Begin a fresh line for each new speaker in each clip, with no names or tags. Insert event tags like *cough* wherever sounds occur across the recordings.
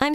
I'm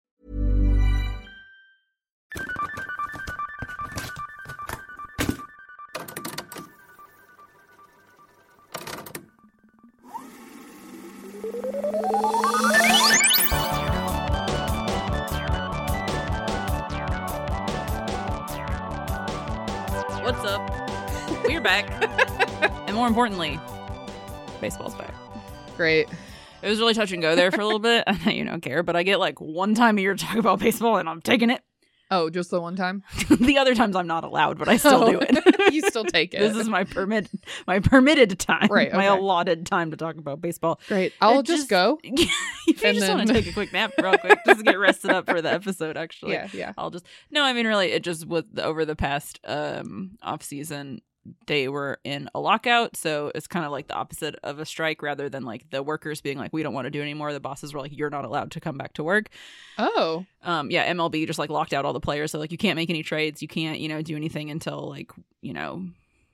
What's *laughs* up? We're
*laughs*
back. and more importantly, baseball's back.
Great.
It was really touch and go there for a little bit. *laughs* I know you don't care, but I get like one time a year to talk about baseball and I'm taking it. *laughs*
Oh, just the one time?
the other times I'm not allowed, but I still do
*laughs* Oh.
it. *laughs*
you still take it.
This is my permit my permitted time.
Right,
My
okay.
allotted time to talk about baseball.
great. I'll
It
just, go.
if *laughs* you
And
just want to
then-
take a quick nap real quick, just to get rested up for the
*laughs*
episode actually.
yeah, yeah.
I'll just no. I mean, really, it just was over the past um off season. They were in a lockout, so it's kind of like the opposite of a strike, rather than like the workers being like, "We don't want to do anymore." The bosses were like, "You're not allowed to come back to work." *laughs*
Oh,
Um, yeah, MLB just like locked out all the players, so like you can't make any trades, you can't you know do anything until like you know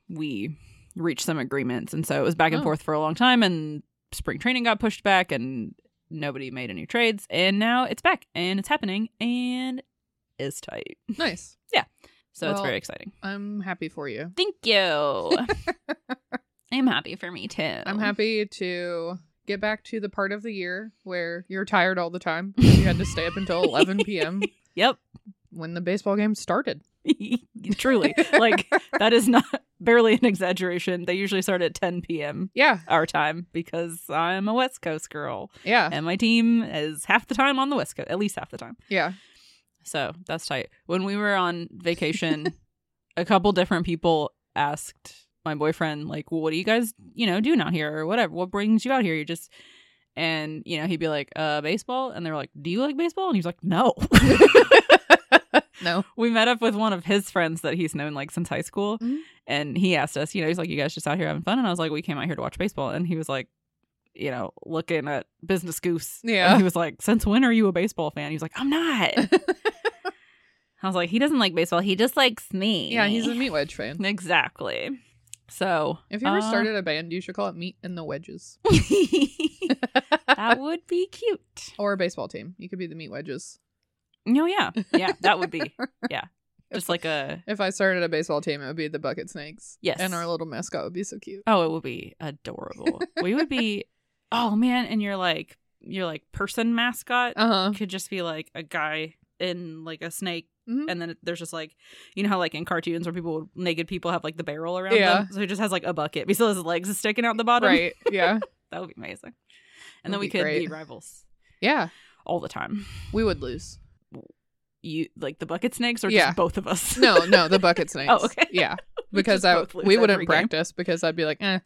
we reach some agreements, and so it was back and
Oh.
forth for a long time, and spring training got pushed back, and nobody made any trades, and now it's back and it's happening, and it's tight.
nice.
So it's
Well-
very exciting.
I'm happy for you.
Thank you. I'm happy for me too.
I'm happy to get back to the part of the year where you're tired all the time. You had to stay up
*laughs*
until 11 p.m.
Yep.
when the baseball game started.
Truly. Like that is not barely an exaggeration. They usually start at 10 p.m.
Yeah,
our time because I'm a West Coast girl
yeah,
and my team is half the time on the West Coast, at least half the time.
yeah.
So that's tight. When we were on vacation, a couple different people asked my boyfriend, like, well, what do you guys, you know, doing out here or whatever? What brings you out here? You just, and, you know, he'd be like, uh, baseball. And they were like, do you like baseball? And he's like, no.
No.
we met up with one of his friends that he's known like since high school.
Mhm.
And he asked us, you know, he's like, you guys just out here having fun. And I was like, we came out here to watch baseball. And he was like, you know, looking at business goose.
Yeah.
And he was like, since when are you a baseball fan? He was like, I'm
*laughs*
not. I was like, he doesn't like baseball. He just likes me.
Yeah, he's a meat wedge fan.
exactly. So
If you ever
uh,
started a band, you should call it Meat and
*laughs*
the Wedges *laughs*
that would be cute.
or a baseball team. You could be the Meat Wedges.
No, yeah, yeah, that would
*laughs*
be yeah, just like a
If I started a baseball team, it would be the Bucket Snakes.
Yes.
And our little mascot would be so cute.
oh, it would be adorable. we would
*laughs*
be oh man, and you're like your like person mascot
Uh huh.
could just be like a guy in like a snake
Mhm.
and then it- there's just like you know how like in cartoons where people would- naked people have like the barrel around
Yeah.
them so he just has like a bucket but he still has his legs sticking out the bottom
Right. Yeah.
That would be amazing. And then we
Would be
could be
great.
rivals
Yeah.
all the time.
We would lose.
You like the bucket snakes or
Yeah.
just both of us? *laughs*
No, no, the bucket snakes.
Oh, okay. *laughs*
Yeah. Because
just
I
both lose
we
every
wouldn't
game.
practice because I'd be like,
*laughs*
eh,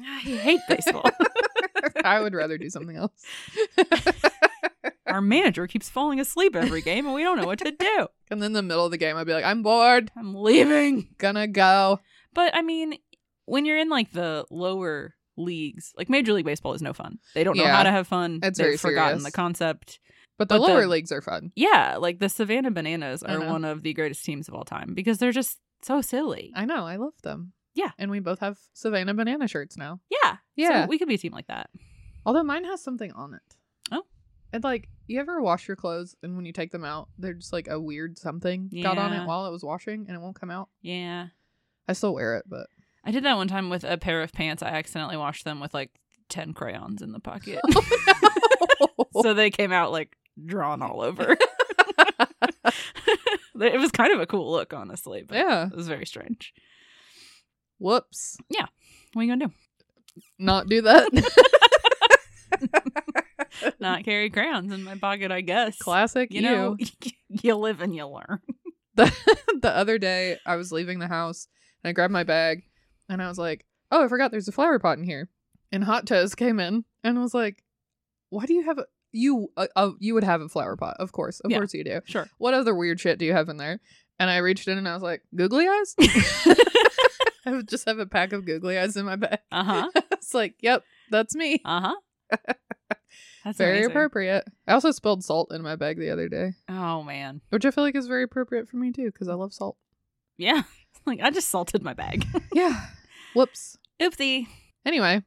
I hate
*laughs*
baseball.
I would rather do something else.
Our manager keeps falling asleep every game and we don't know what to do.
And then in the middle of the game I'd be like, I'm bored,
I'm leaving.
gonna go.
But I mean, when you're in like the lower leagues, like Major League Baseball is no fun. They don't know
Yeah.
how to have fun.
It's
They've
very
forgotten
serious.
the concept.
But the
But the-
lower leagues are fun.
Yeah, like the Savannah Bananas
I
are
know.
one of the greatest teams of all time because they're just so silly.
I know, I love them.
Yeah.
And we both have Savannah banana shirts now.
yeah.
Yeah.
So we could be a team like that.
Although mine has something on it.
Oh.
And like you ever wash your clothes and when you take them out, they're just like a weird something got on
Yeah.
it while it was washing and it won't come out.
Yeah.
I still wear it, but *laughs*
I did that one time with a pair of pants. I accidentally washed them with like 10 crayons in the
*laughs*
pocket. *laughs*
Oh.
so they came out like drawn all
*laughs*
over. *laughs* it was kind of a cool look, honestly. But
Yeah.
It was very strange.
Whoops.
What are you going to
Not
*laughs*
do that.
do? Not carry crayons in my pocket, I guess.
Classic
You know, *laughs* you live and you learn.
the *laughs* the other day I was leaving the house and I grabbed my bag and I was like, "Oh, I forgot there's a flower pot in here." And Hot Toes came in and was like, "Why do you have a you uh, uh, you would have a flower pot, of course, of
Yeah.
course you do.
*laughs* Sure.
What other weird shit do you have in there? And I reached in and I was like, googly eyes. *laughs* I would just have a pack of googly eyes in my bag.
Uh
*laughs*
huh.
it's like, yep, that's me.
Uh huh. That's
very
amazing.
appropriate. I also spilled salt in my bag the other day,
Oh man.
which I feel like is very appropriate for me too because I
*laughs*
love salt.
Yeah. Like I just salted my bag. *laughs*
yeah. Whoops.
Oopsie.
Anyway,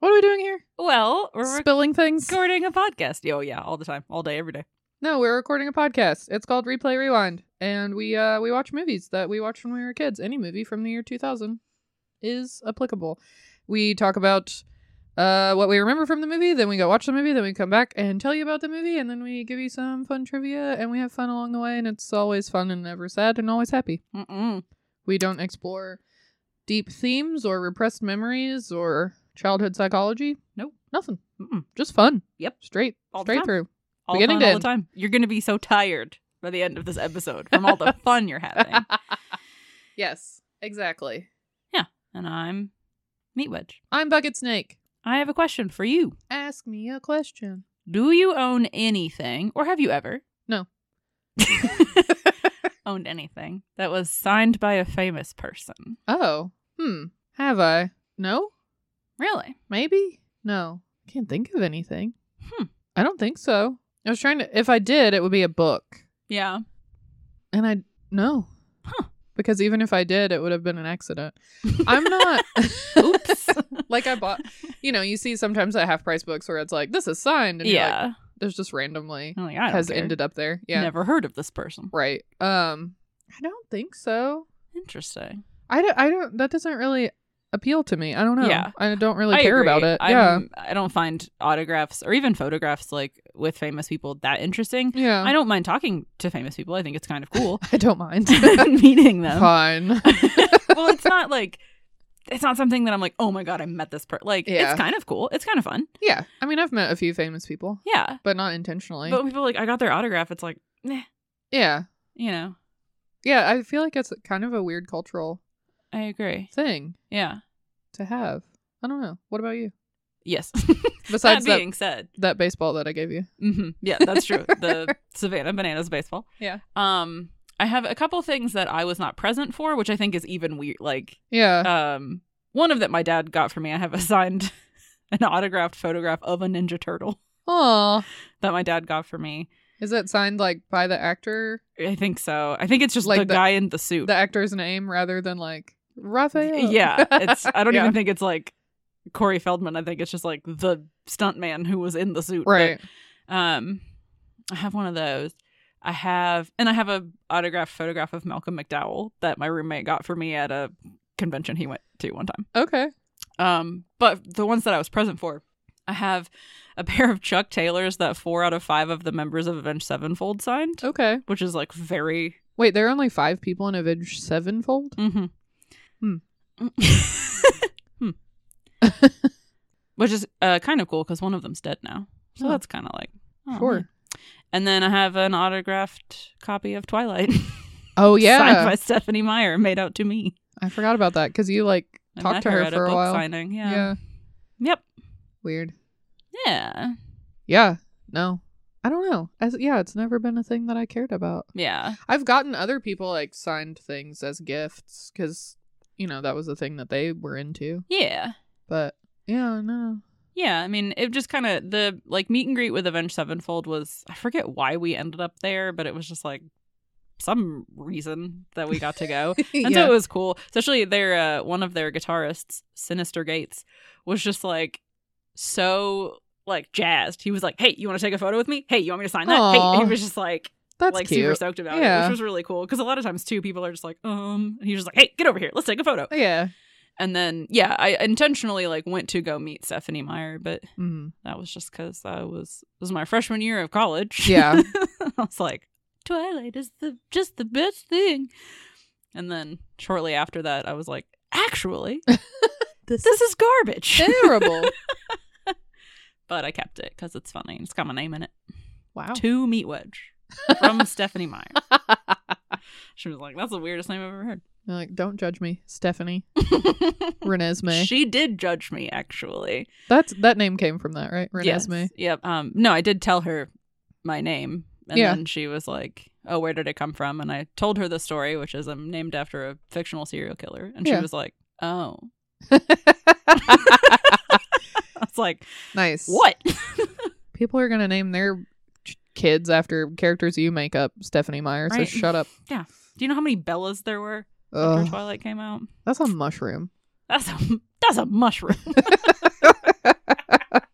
what are we doing here?
Well, we're
Spilling things?
recording a podcast. Oh yeah, all the time, all day, every day.
No, we're recording a podcast. It's called Replay Rewind, and we uh we watch movies that we watched when we were kids. Any movie from the year 2000 is applicable. We talk about uh what we remember from the movie, then we go watch the movie, then we come back and tell you about the movie, and then we give you some fun trivia, and we have fun along the way, and it's always fun and never sad and always happy.
Mm-mm.
We don't explore deep themes or repressed memories or childhood psychology.
Nope.
Nothing.
Mm-mm.
Just fun.
Yep.
Straight.
All the
straight
time.
through.
All
Beginning
fun,
to
all the
end.
time. You're gonna be so tired by the end of this episode from all *laughs* the fun you're having.
yes, exactly.
And I'm Meat Wedge.
I'm Bucket Snake.
I have a question for you.
Ask me a question.
Do you own anything, or have you ever?
No.
*laughs* owned anything that was signed by a famous person.
Oh, hmm. Have I? No?
Really?
Maybe? No. Can't think of anything.
Hmm.
I don't think so. I was trying to, if I did, it would be a book.
Yeah.
And I, no.
Huh.
Because even if I did, it would have been
*laughs*
an accident. I'm not.
Oops.
*laughs* like I bought, you know, you see sometimes at half price books where it's like, this is signed. And yeah.
yeah.
there's just randomly
I'm like, I don't
has
care.
ended up there. Yeah.
Never heard of this person.
Right. Um, I don't think so.
Interesting.
I don't, I don't. That doesn't really appeal to me. I don't know.
Yeah.
I don't really
I
care
agree.
about it. yeah.
I'm- I don't find autographs or even photographs like with famous people that interesting.
Yeah.
I don't mind talking to famous people. I think it's kind of cool
*laughs*
*laughs*
I don't mind. *laughs*
meeting them. *laughs*
Fine.
well, it's not like it's not something that I'm like, oh my god, I met this person. Like,
Yeah.
it's kind of cool. It's kind of fun.
yeah. I mean, I've met a few famous people,
Yeah.
but not intentionally.
But when people are like, I got their autograph. It's like, eh,
yeah.
you know,
Yeah. I feel like it's kind of a weird cultural
I agree.
thing
Yeah.
to have. I don't know. What about you?
Yes. *laughs*
Besides
that
that,
being said,
that baseball that I gave you.
hmm yeah, that's
*laughs*
true. the Savannah Bananas baseball.
Yeah.
Um, I have a couple things that I was not present for, which I think is even weird. Like,
Yeah.
um, one of that my dad got for me. I have *laughs* a signed, an autographed photograph of a Ninja Turtle *laughs*
Aw.
that my dad got for me.
Is that signed like by the actor?
I think so. I think it's just
Like
the,
the-
guy in the suit.
The actor's name rather than like
*laughs*
Raphael.
yeah, it's. I don't
*laughs* Yeah.
even think it's like Corey Feldman. I think it's just like the stuntman who was in the suit. But
Right.
Um, I have one of those. I have, and I have a autographed photograph of Malcolm McDowell that my roommate got for me at a convention he went to one time.
Okay.
Um, but the ones that I was present for, I have a pair of Chuck Taylors that four out of five of the members of Avenged Sevenfold signed,
Okay.
which is like very.
Wait, there are only five people in Avenged Sevenfold?
Mm-hmm.
Hmm.
*laughs*
*laughs*
hmm. which is uh, kind of cool because one of them's dead now, so
Oh.
that's kind of like oh,
sure.
man. And then I have an autographed copy of Twilight. *laughs*
Oh
Signed
yeah,
by Stephanie Meyer, made out to me.
I forgot about that because you like
I met
talked to her,
at
for
a,
a,
book
while.
signing. Yeah.
Yeah.
Yep.
weird.
Yeah.
Yeah, no, I don't know. As yeah, it's never been a thing that I cared about.
Yeah.
I've gotten other people like signed things as gifts because you know that was the thing that they were into.
Yeah.
But yeah, no,
Yeah. I mean, it just kind of the like meet and greet with Avenged Sevenfold was I forget why we ended up there, but it was just like some reason that we got to go. *laughs* And so it was cool. Especially their uh, one of their guitarists, Sinister Gates, was just like so like jazzed. He was like, "Hey, you want to take a photo with me? Hey, you want me to sign that?" Hey,
Aw.
he was just like
that's
like super
cute.
stoked about it,
Yeah.
which was really cool. Because a lot of times too, people are just like, um, and he's just like, "Hey, get over here, let's take a photo."
Oh, yeah.
And then yeah, I intentionally like went to go meet Stephanie Meyer, but *laughs*
Mm.
that was just because I was it was my freshman year of college.
Yeah.
*laughs* I was like, Twilight is the just the best thing. And then shortly after that, I was like, actually,
This
this is garbage.
terrible.
*laughs* but I kept it because it's funny. It's
Oh.
got my name in it.
wow.
To meat wedge from Stephanie Meyer. She was like, "That's the weirdest name I've ever heard."
They're like, don't judge me,
*laughs*
Stephanie Renesmee.
She did judge me, actually.
That's that name came from that, right? Renesmee.
Yes. Yep. Um. No, I did tell her my name, and
Yeah.
then she was like, "Oh, where did it come from?" And I told her the story, which is I'm named after a fictional serial killer, and she
Yeah.
was like,
*laughs*
"Oh." *laughs* I was like,
nice.
"What?"
People are gonna name their ch- kids after characters you make up, Stephanie Meyer. So
Right.
shut *laughs* up.
yeah. Do you know how many Bellas there were after
Ugh,
Twilight came out?
that's a mushroom.
That's a that's a mushroom.
*laughs*
*laughs*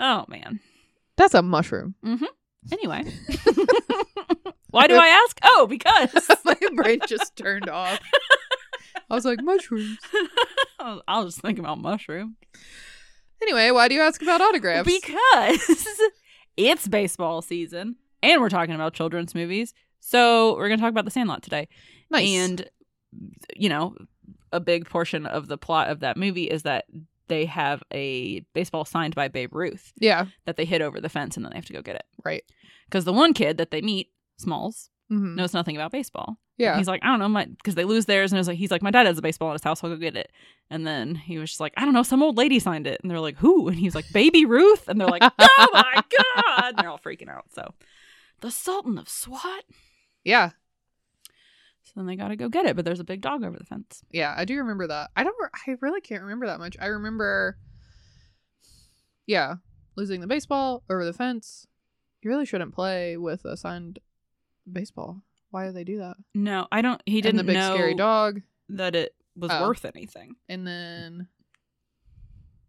oh man.
That's a mushroom.
Anyway, *laughs* why do I ask? Oh, because *laughs*
*laughs* My brain just turned off. I was like mushrooms.
I'll- I'll just think about mushroom.
Anyway, why do you ask about autographs?
Because *laughs* it's baseball season, and we're talking about children's movies. So we're gonna talk about The Sandlot today,
nice.
and you know, a big portion of the plot of that movie is that they have a baseball signed by Babe Ruth
yeah,
that they hit over the fence, and then they have to go get it.
right.
Because the one kid that they meet, Smalls,
Mm-hmm.
knows nothing about baseball.
yeah,
He's like, I don't know, my because they lose theirs, and it's like he's like, my dad has a baseball in his house, I'll go get it. And then he was just like, I don't know, some old lady signed it, and they're like, who? And he's like, Baby Ruth, and they're
*laughs*
like, Oh my god! And they're all freaking out. So, the Sultan of SWAT.
yeah,
So then they gotta go get it, but there's a big dog over the fence.
yeah. I do remember that. I don't. re- I really can't remember that much. I remember, yeah, losing the baseball over the fence. You really shouldn't play with a signed baseball. Why do they do that?
No, I don't. He didn't
and the big
know
scary dog,
that it was
Oh.
worth anything.
and then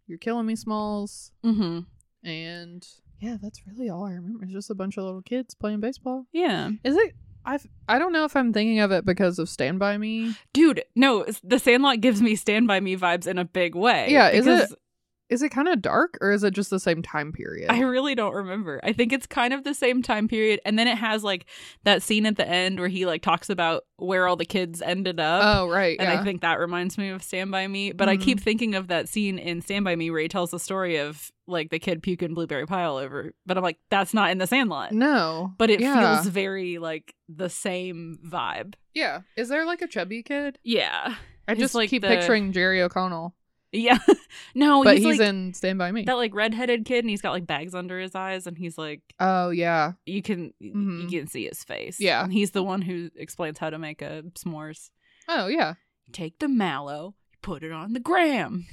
you're killing me, Smalls.
Mm-hmm.
And yeah, that's really all I remember. It's just a bunch of little kids playing baseball.
Yeah,
Is it? I I don't know if I'm thinking of it because of Stand by Me.
dude. No, the Sandlot gives me Stand by Me vibes in a big way.
Yeah, is
because-
it- Is it kind of dark, or is it just the same time period?
I really don't remember. I think it's kind of the same time period. And then it has like that scene at the end where he like talks about where all the kids ended up.
oh right,
and
yeah. Mm-hmm.
I think that reminds me of Stand By Me. But I keep thinking of that scene in Stand By Me where he tells the story of like the kid puking blueberry pie all over. But I'm like, that's not in the sandlot.
no,
But it
yeah.
feels very like the same vibe.
yeah. Is there like a chubby kid?
Yeah. *laughs*
I
He's
just
like
keep
the-
picturing Jerry O'Connell,
Yeah. *laughs* no,
but
he's,
he's,
like
in Stand by Me.
that like redheaded kid and he's got like bags under his eyes and he's like
oh yeah,
you can y-
Mhm.
you can see his face.
Yeah.
and he's the one who explains how to make a s'mores.
oh yeah.
Take the mallow, put it on the
*laughs*
graham.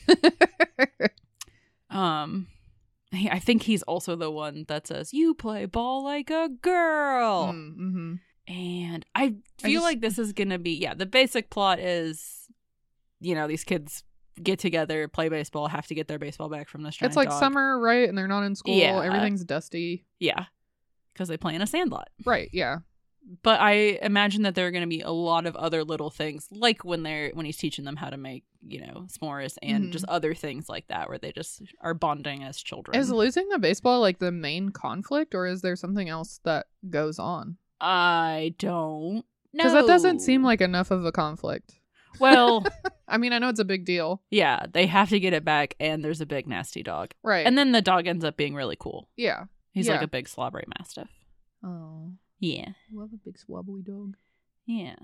Um, he, I think he's also the one that says you play ball like a girl.
mm-hmm.
And I
I
feel
just-
like this is gonna be yeah. The basic plot is, you know, these kids get together, play baseball, have to get their baseball back from this.
It's
giant
like
dog.
summer, right? And they're not in school.
Yeah.
Everything's dusty.
yeah, because they play in a sandlot.
Right. Yeah.
but I imagine that there are going to be a lot of other little things, like when they're when he's teaching them how to make, you know, s'mores and
Mhm.
just other things like that, where they just are bonding as children.
Is losing the baseball like the main conflict, or is there something else that goes on?
I don't know
Because that doesn't seem like *laughs* enough of a conflict.
well,
I mean, I know it's a big deal,
yeah, they have to get it back, and there's a big nasty dog,
right?
and then the dog ends up being really cool.
yeah,
He's like
Yeah.
a big slobbery mastiff.
oh,
Yeah.
love a big swobbly dog.
Yeah.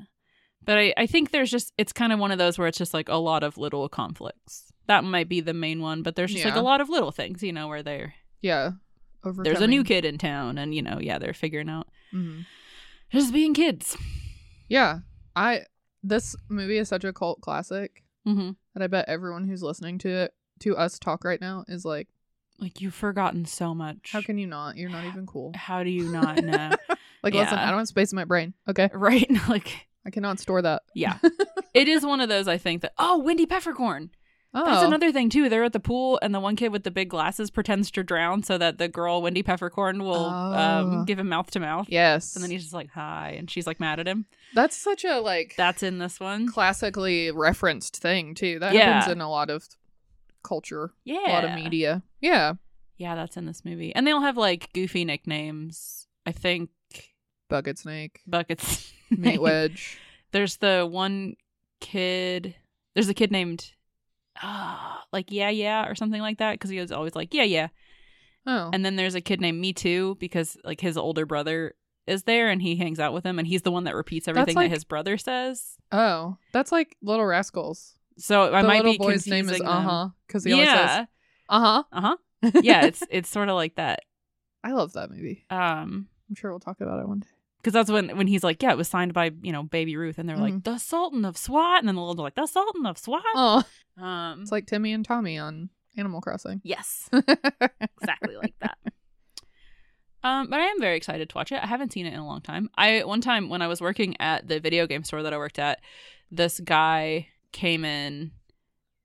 But I, I think there's just, it's kind of one of those where it's just like a lot of little conflicts. That might be the main one, but there's just like
Yeah.
a lot of little things, you know, where they're,
Yeah, over.
there's a new kid in town and, you know, yeah, they're figuring out
hmm
just being kids.
Yeah, I. This movie is such a cult classic
hmm
that I bet everyone who's listening to it to us talk right now is like,
Like, you've forgotten so much.
"How can you not? You're not even
*sighs*
cool."
*laughs* How do you not
*laughs*
know?
Like, listen,
Yeah.
I don't have space in my brain. Okay,
right? *laughs* Like,
I cannot store that.
yeah. it is one of those, I think, that, oh, Wendy Peppercorn.
Oh,
That's another thing, too. They're at the pool, and the one kid with the big glasses pretends to drown so that the girl, Wendy Peppercorn, will
Oh.
um, give him mouth to mouth.
Yes,
And then he's just like, hi. And she's like mad at him.
that's such a like
That's in this one.
classically referenced thing too. That
Yeah.
happens in a lot of culture,
Yeah.
a lot of media. Yeah,
Yeah, that's in this movie. And they all have like goofy nicknames. I think *laughs*
bucket snake,
Buckets. *laughs*
meat wedge.
There's the one kid. There's a kid named uh, like Yeah Yeah or something like that because he was always like Yeah Yeah.
Oh,
And then there's a kid named Me Too because like his older brother is there and he hangs out with him and he's the one that repeats everything
like-
that his brother says.
Oh, that's like Little Rascals.
So I
the
might
little
be
boy's name is
confusing them.
Uh huh because he always
Yeah.
says Uh huh.
Uh-huh. Yeah,
*laughs*
it's it's sort of like that.
I love that movie.
Um
I'm sure we'll talk about it one day.
because that's when when he's like, yeah, it was signed by you know Baby Ruth, and they're like
Mm-hmm.
the Sultan of SWAT, and then the little like the Sultan of SWAT.
Oh,
Um,
it's like Timmy and Tommy on Animal Crossing. *laughs*
yes, Mm-hmm. exactly like that. Um, but I am very excited to watch it. I haven't seen it in a long time. I one time when I was working at the video game store that I worked at, this guy came in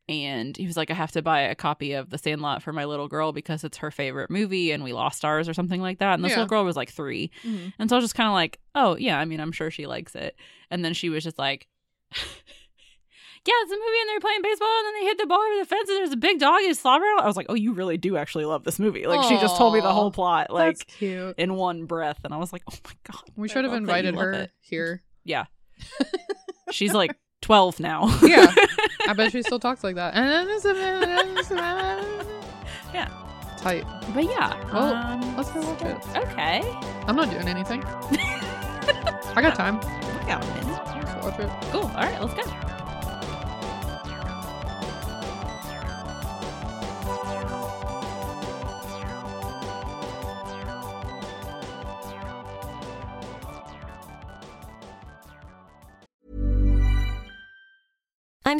and he was like, I have to buy a copy of The Sandlot for my little girl because it's her favorite movie and we lost ours or something like that. And this
Yeah.
little girl was like three.
Mhm.
And so I was just kind of like, oh, yeah, I mean, I'm sure she likes it. And then she was just like, *laughs* yeah, it's a movie and they're playing baseball and then they hit the ball over the fence and there's a big dog and he's slobbering. all-" I was like, oh, you really do actually love this movie. Like, she just told me the
Aw,
whole plot, like,
that's cute.
in one breath. And I was like, oh my God.
We
I
should have
love that
invited
you love
her
it."
here.
Yeah. She's
*laughs*
like 12 now. *laughs*
Yeah, I bet she still talks like that. yeah, tight.
But yeah.
Well,
um,
let's go
*laughs*
watch it.
Okay.
I'm not doing anything. I
*laughs*
got time.
Look out, man.
Let's watch it.
Cool. All right, let's go.
I'm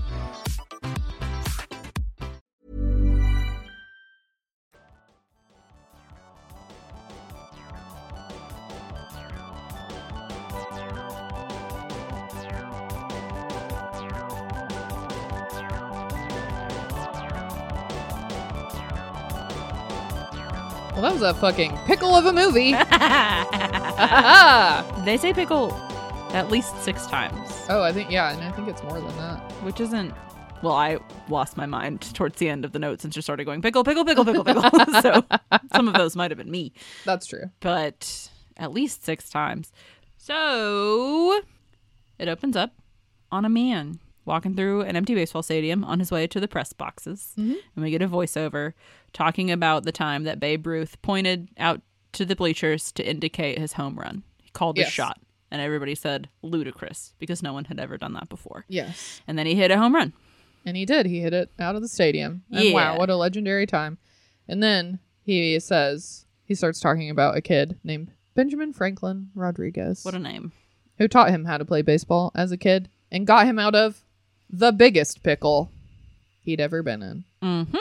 Well, that was a fucking pickle of
*laughs*
a movie.
They say pickle at least six times,
Oh, I think yeah, and I think it's more than that.
which isn't. Well, I lost my mind towards the end of the notes and just started going pickle, pickle, pickle, pickle, pickle. *laughs* so some of those might have been me,
That's true.
but at least six times. So it opens up on a man walking through an empty baseball stadium on his way to the press boxes. And we get a voiceover talking about the time that Babe Ruth pointed out to the bleachers to indicate his home run. He called his
Yes.
shot. And everybody said ludicrous because no one had ever done that before.
Yes,
And then he hit a home run.
and he did. He hit it out of the stadium. And
Yeah.
Wow, what a legendary time! And then he says he starts talking about a kid named Benjamin Franklin Rodriguez,
What a name.
who taught him how to play baseball as a kid and got him out of the biggest pickle he'd ever been in.
And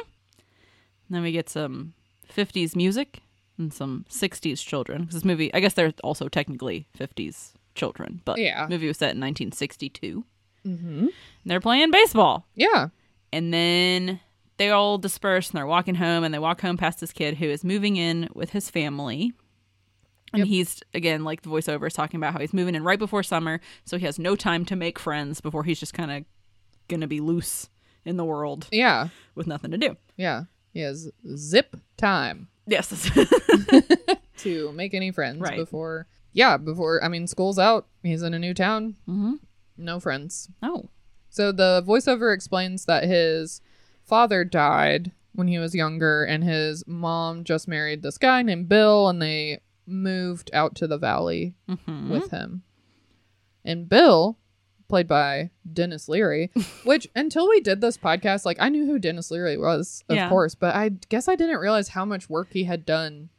then we get some 50s music and some 60s children. 'Cause this movie, I guess they're also technically 50s children, but
Yeah. Mm-hmm.
movie was set in 1962. And they're playing baseball.
Yeah,
And then they all disperse and they're walking home and they walk home past this kid who is moving in with his family. And he's again like the voiceover is talking about how he's moving in right before summer, so he has no time to make friends before he's just kind of gonna be loose in the world
yeah,
with nothing to do.
yeah. He has zip time.
Yes, *laughs*
to make any friends
Right.
before yeah before i mean school's out he's in a new town mm-hmm. no friends
Oh,
so the voiceover explains that his father died when he was younger and his mom just married this guy named bill and they moved out to the valley
Mm-hmm.
with him and bill played by
*laughs*
dennis leary which until we did this podcast like i knew who dennis leary was of
Yeah.
course but i guess i didn't realize how much work he had done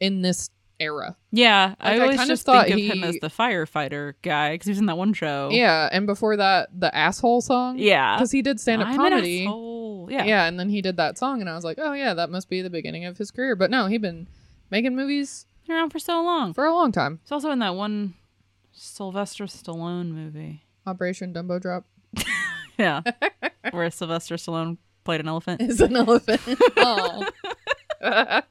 in this era.
Yeah,
Like,
I
I
always
kind of
just
thought
think of him
he-
as the firefighter guy because he was in that one show.
Yeah, and before that, the asshole song.
Oh. yeah.
because he did stand up
I'm an
comedy.
asshole. Yeah.
yeah, and then he did that song, and I was like, oh yeah, that must be the beginning of his career. But no, he'd been making movies
been around for so long.
for a long time.
He's also in that one Sylvester Stallone movie.
*laughs* Operation Dumbo Drop *laughs*
Yeah, where Sylvester Stallone played an elephant.
is an elephant. oh. uh,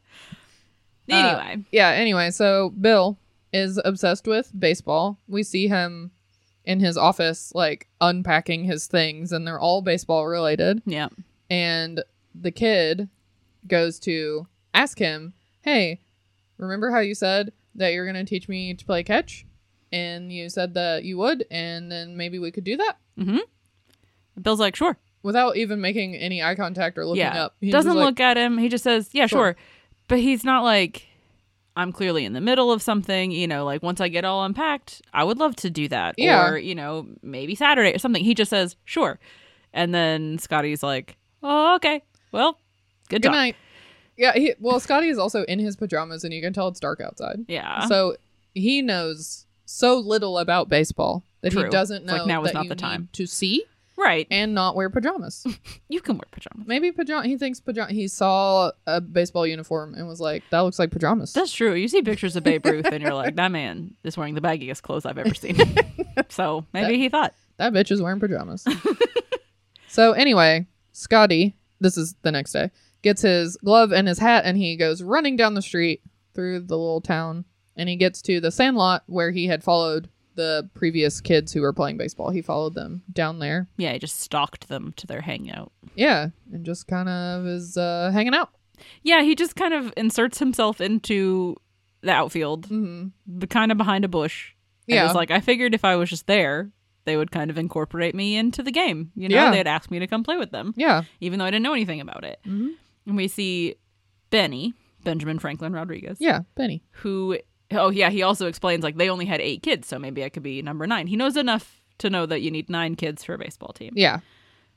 Anyway,
yeah, anyway, so Bill is obsessed with baseball. We see him in his office, like unpacking his things, and they're all baseball related.
yeah,
And the kid goes to ask him, Hey, remember how you said that you're going to teach me to play catch? And you said that you would, and then maybe we could do that
Bill's like, sure.
without even making any eye contact or looking
yeah,
up. He's just
doesn't
like,
look at him. He just says, yeah, sure. But he's not like, I'm clearly in the middle of something. You know, like once I get all unpacked, I would love to do that.
Yeah.
Or you know, maybe Saturday or something. He just says, sure. And then Scotty's like, oh, okay. Well, good,
Good
job.
night. Yeah, he, well, Scotty is also in his pajamas, and you can tell it's dark outside.
Yeah.
So he knows so little about baseball that he
True.
doesn't
It's
know
like, now is
that
not
you
the time.
need to see
right.
and not wear pajamas.
you can wear pajamas.
Maybe pajama. He thinks pajama. He saw a baseball uniform and was like, "That looks like pajamas."
That's true. You see pictures of
*laughs*
Babe Ruth and you're like, that man is wearing the baggiest clothes I've ever seen. so maybe he thought.
that bitch is
*laughs*
wearing pajamas. *laughs* so anyway, Scotty, this is the next day, gets his glove and his hat and he goes running down the street through the little town and he gets to the sandlot where he had followed the previous kids who were playing baseball. He followed them down there.
Yeah, he just stalked them to their hangout.
Yeah, and just kind of is uh, hanging out.
Yeah, he just kind of inserts himself into the outfield,
hmm
b- kind of behind a bush. And
Yeah.
It's like, I figured if I was just there, they would kind of incorporate me into the game. You know,
Yeah.
they'd ask me to come play with them,
Yeah.
even though I didn't know anything about it.
Mhm.
And we see Benny, Benjamin Franklin Rodriguez.
Yeah, Benny.
who oh yeah he also explains like they only had eight kids so maybe i could be number nine he knows enough to know that you need nine kids for a baseball team
Yeah.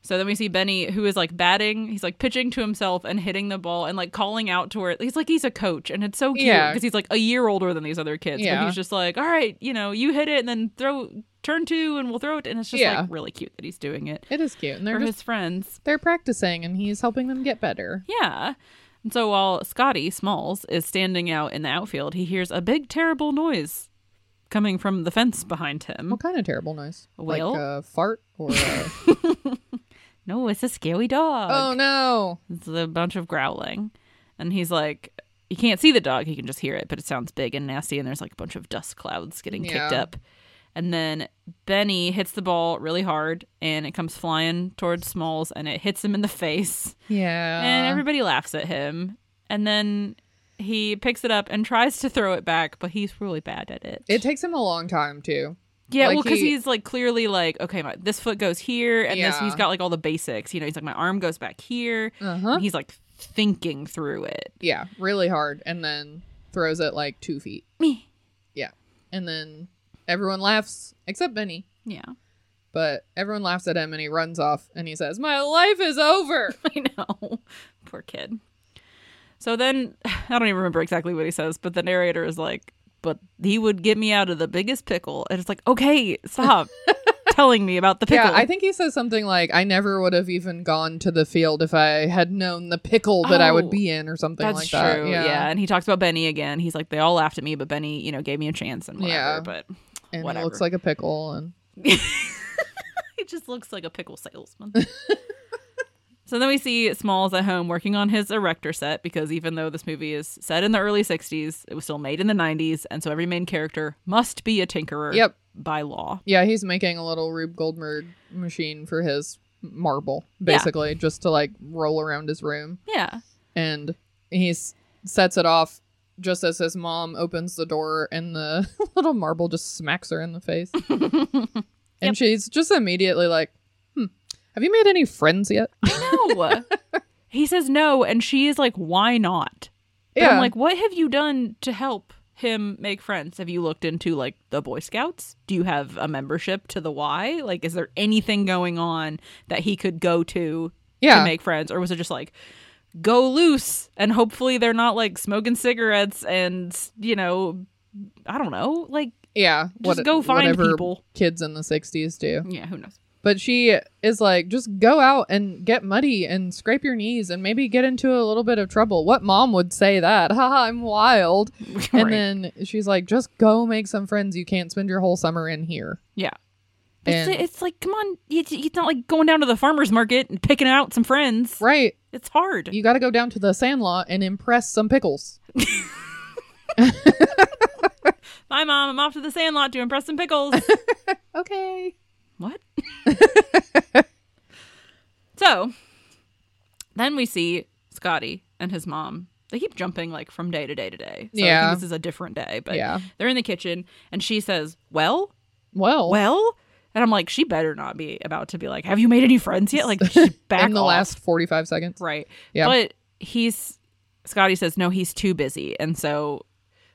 so then we see benny who is like batting he's like pitching to himself and hitting the ball and like calling out to where he's like he's a coach and it's so cute
Yeah.
because he's like a year older than these other kids
Yeah.
but he's just like all right you know you hit it and then throw turn two and we'll throw it and it's just
Yeah.
like really cute that he's doing it
It is cute. And
for
they're just
his friends
they're practicing and he's helping them get better.
yeah and so while Scotty Smalls is standing out in the outfield, he hears a big, terrible noise coming from the fence behind him.
What kind of terrible noise?
Well-
Like a fart or
*laughs*
a...
No, it's a scary dog.
Oh no.
It's a bunch of growling. And he's like, you can't see the dog, he can just hear it, but it sounds big and nasty. And there's like a bunch of dust clouds getting kicked
Yeah.
up. And then Benny hits the ball really hard and it comes flying towards Smalls and it hits him in the face.
Yeah.
and everybody laughs at him. And then he picks it up and tries to throw it back, but he's really bad at it.
It takes him a long time too.
yeah, well,
like,
because
he-
he's like clearly like, okay, my, this foot goes here, and this
Yeah.
he's got like all the basics. You know, he's like my arm goes back here.
Uh-huh.
and he's like thinking through it.
Yeah, really hard and then throws it like 2 feet.
Me.
Yeah. And then everyone laughs except Benny, *laughs*
Yeah,
but everyone laughs at him and he runs off and he says, "My life
*laughs*
is over."
I
*laughs*
know. Poor kid. So then *sighs* I don't even remember exactly what he says, but the narrator is like, "But he would get me out of the biggest pickle," and it's like, "Okay,
*laughs*
stop." telling me about the pickle.
Yeah, I think he says something like, "I never would have even gone to the field if I had known the pickle that I would
Oh,
be in," or something like that.
true. Yeah. and he talks about Benny again. He's like, they all laughed at me, but Benny, you know, gave me a chance and whatever.
Yeah.
But
and
whatever.
it looks like a pickle. And
he just looks like a pickle salesman. so then we see Smalls at home working on his erector set because even though this movie is set in the early '60s, it was still made in the '90s, and so every main character must be a tinkerer.
Yep.
By law.
yeah, he's making a little Rube Goldberg machine for his marble, basically, just to like roll around his room.
Yeah.
And he s- sets it off just as his mom opens the door, and the *laughs* little marble just smacks her in
*laughs*
the face. and she's just immediately like, "Hmm, have you made any
*laughs*
friends yet?"
No. he says no, and she is like, "Why not?" But I'm like, what have you done to help him make friends? Have you looked into like the Boy Scouts? Do you have a membership to the Y? Like, is there anything going on that he could go to
yeah.
to make friends, or was it just like go loose and hopefully they're not like smoking cigarettes and you know i don't know like
Yeah.
just go find
whatever
people
Kids in the 60s do.
yeah who knows
But she is like, just go out and get muddy and scrape your knees and maybe get into a little bit of trouble. What mom would say that? *laughs* Haha,
*laughs*
I'm wild.
Right.
And then she's like, just go make some friends. You can't spend your whole summer in here.
yeah But it's,
and-
it's like come on it's, it's not like going down to the farmers market and picking out some friends
Right.
it's hard
You got to go down to the sandlot and impress some pickles.
bye mom i'm off to the sandlot to impress some pickles
*laughs* Okay.
What? *laughs* so then we see Scotty and his mom. They keep jumping like from day to day to day. So I
Yeah.
think this is a different day, but
Yeah.
they're in the kitchen and she says, "Well,
Well,
well," and I'm like, "She better not be about to be like, have you made any friends yet?" Like, she back
*laughs* in the
off.
last 45 seconds.
right?
Yeah.
But he's Scotty says no, he's too busy, and so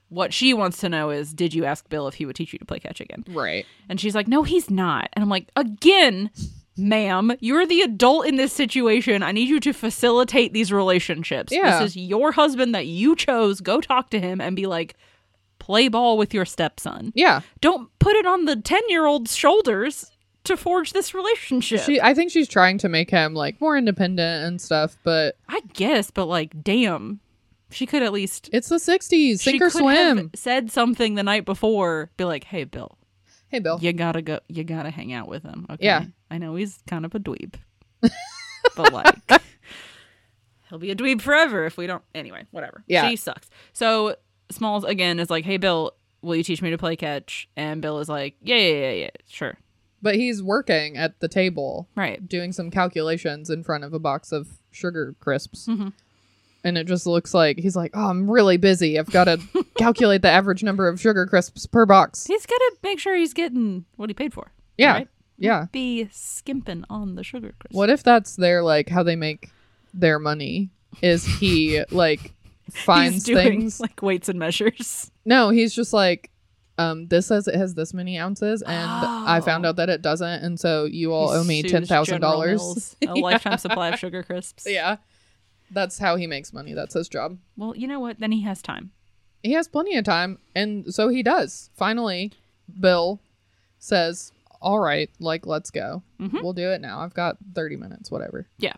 what she wants to know is, did you ask Bill if he would teach you to play catch again?
Right.
And she's like, No, he's not. And I'm like, Again, ma'am, you're the adult in this situation. I need you to facilitate these relationships.
Yeah.
This is your husband that you chose. Go talk to him and be like, Play ball with your stepson.
Yeah.
Don't put it on the 10 year old's shoulders to forge this relationship.
She I think she's trying to make him like more independent and stuff, but
I guess, but like, damn. She could at least.
it's the 60s. Sink
she
or
could have
swim.
said something the night before. Be like, Hey, Bill,
Hey, Bill.
you gotta go you gotta hang out with him okay
Yeah.
i know he's kind of a dweeb *laughs* but like he'll be a dweeb forever if we don't anyway whatever
Yeah.
she sucks so smalls again is like hey bill will you teach me to play catch and bill is like yeah yeah yeah yeah sure
But he's working at the table.
right
doing some calculations in front of a box of sugar crisps.
Mm-hmm.
And it just looks like he's like, oh, I'm really busy. I've
*laughs*
got to calculate the average number of sugar crisps per box.
he's gotta make sure he's getting what he paid for
Yeah.
right?
Yeah.
be skimping on the sugar crisp.
What if that's their, like, how they make their money? Is
*laughs*
he, like, finds
he's doing *laughs*
things?
like weights and measures
no, he's just like, um, this says it has this many ounces, and I found out that it doesn't, and so you all owe me
Oh. Sues
ten thousand
General
dollars.
Mills, a lifetime supply of sugar crisps
*laughs* Yeah, that's how he makes money. That's his job.
well you know what then he has time
he has plenty of time and so he does finally bill says all right like let's go
Mm-hmm.
we'll do it now i've got 30 minutes whatever
Yeah.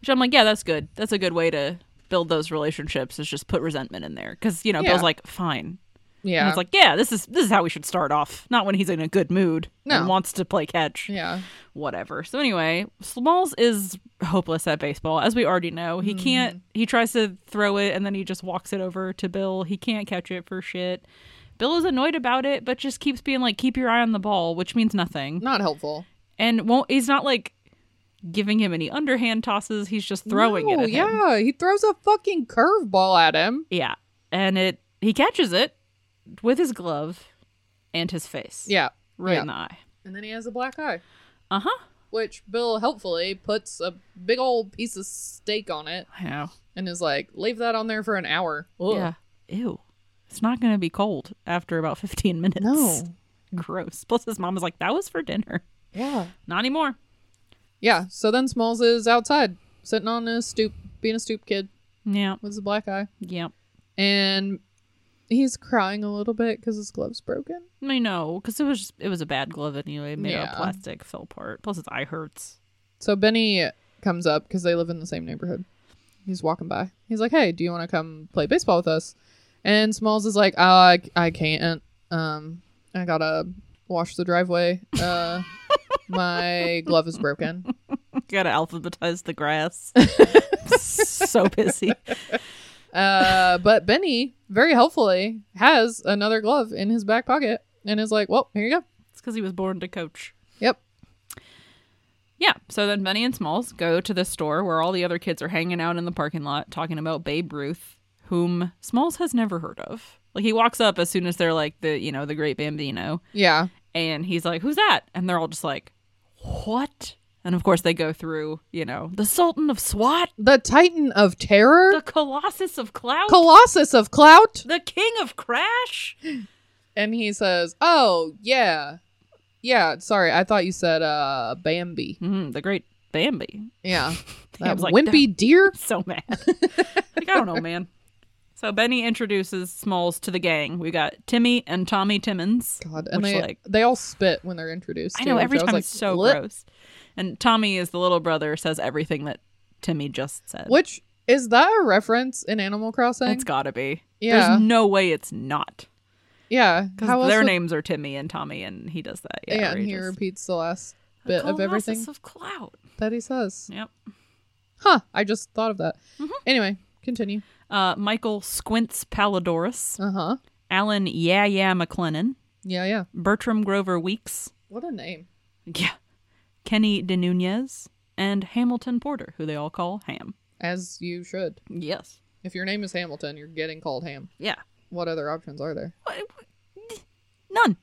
Which I'm like, yeah, that's good. That's a good way to build those relationships is just put resentment in there. Because, you know,
Yeah.
Bill's like, fine. And
yeah
it's like, yeah, this is this is how we should start off. Not when he's in a good mood
No.
and wants to play catch.
yeah
Whatever. So anyway, Smalls is hopeless at baseball, as we already know.
Mm-hmm.
He can't he tries to throw it and then he just walks it over to Bill. He can't catch it for shit. Bill is annoyed about it, but just keeps being like, keep your eye on the ball, which means nothing
not helpful
and won't he's not like giving him any underhand tosses he's just throwing it
No,
at him.
yeah he throws a fucking curveball at him
yeah and it he catches it with his glove and his face
yeah
right
yeah.
in the eye
and then he has a black eye
uh-huh
which bill helpfully puts a big old piece of steak on it
i know
and is like leave that on there for an hour Ugh.
yeah ew it's not gonna be cold after about 15 minutes
no
*laughs* gross plus his mom is like that was for dinner
yeah
not anymore
yeah so then smalls is outside sitting on his stoop being a stoop kid
yeah
with his black eye
yeah
and he's crying a little bit because his glove's broken.
I know, because it was just, it was a bad glove anyway, made out
Yeah.
of plastic, fell apart. Plus, his eye hurts. *laughs*
So Benny comes up because they live in the same neighborhood. He's walking by. He's like, "Hey, do you want to come play baseball with us?" And Smalls is like, "Oh, I, I can't. Um, I gotta wash the driveway. Uh, my glove is broken."
Gotta alphabetize the
*laughs*
grass. *laughs* so busy.
Uh, but Benny, very helpfully, has another glove in his back pocket and is like, "Well, here you go."
It's because he was born to coach.
Yep.
Yeah. So then Benny and Smalls go to the store where all the other kids are hanging out in the parking lot talking about Babe Ruth, whom Smalls has never heard of. Like he walks up as soon as they're like the, you know, the great Bambino,
Yeah.
and he's like, "Who's that?" And they're all just like, "What?" And of course they go through, you know, the Sultan of SWAT,
The Titan of Terror,
the Colossus of Clout,
Colossus of Clout.
the King of Crash.
And he says, "Oh yeah, yeah. Sorry, I thought you said uh Bambi.
Mm, the great Bambi. *laughs*
Yeah.
I
That
was like,
wimpy deer.
*laughs* so mad. like, I don't know, man. So Benny introduces Smalls to the gang. We got Timmy and Tommy Timmons.
God, and
which,
they
like-
they all spit when they're introduced.
I
too,
know
which
every
was
time
like,
it's so
"Bleh."
gross. And Tommy is the little brother, says everything that Timmy just said.
Which is that a reference in Animal Crossing?
It's gotta be.
Yeah.
There's no way it's not.
yeah, How
Because
else
their
would-
names are Timmy and Tommy, and he does that. Yeah,
Yeah,
where
and he
just-
repeats the last
"A
bit of
colossus
everything
of clout.
that he says.
Yep.
Huh? I just thought of that.
Mm-hmm.
Anyway, continue.
Uh, Michael Squints Palidorus,
Uh huh.
Alan Yeah Yeah McLennan,
Yeah, yeah.
Bertram Grover Weeks,
What a name.
yeah, Kenny De Nunez, and Hamilton Porter, who they all call Ham.
As you should.
Yes.
If your name is Hamilton, you're getting called Ham.
Yeah.
What other options are there?
What- what- None.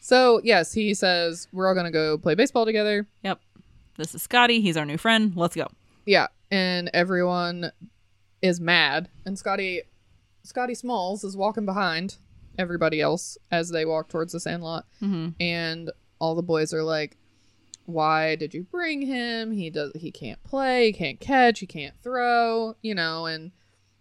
So yes, he says we're all gonna go play baseball together.
Yep. This is Scotty. He's our new friend. Let's go.
Yeah, and everyone is mad. And Scotty, Scotty Smalls is walking behind everybody else as they walk towards the sandlot,
Mm-hmm.
and all the boys are like, "Why did you bring him? He does. He can't play. He can't catch. He can't throw. You know." And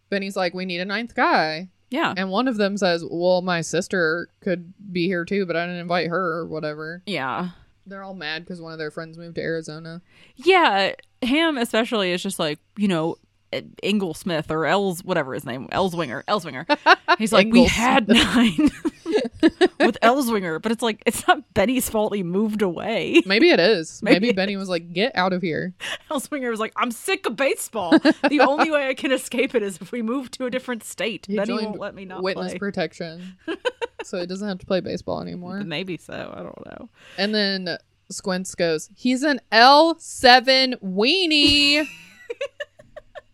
Benny's like, "We need a ninth guy."
Yeah.
And one of them says, "Well, my sister could be here too, but I didn't invite her or whatever."
Yeah.
They're all mad because one of their friends moved to Arizona.
Yeah, Ham especially is just like you know Ingle Smith or Els whatever his name Elswinger *laughs* Elswinger. He's like we
Ingle
had nine *laughs* with Elswinger, but it's like it's not Benny's fault he moved *laughs* away.
Maybe it is.
Maybe
Maybe,
it
Benny was like, "Get out of here."
Elswinger was like I'm sick of baseball. The only way I can escape it is if we move to a different state.
He
Benny
joined
won't let me not
witness
play.
protection,
*laughs*
so he doesn't have to play baseball anymore.
Maybe so. I don't know.
And then Squints goes, "He's an L seven
*laughs*
weenie,"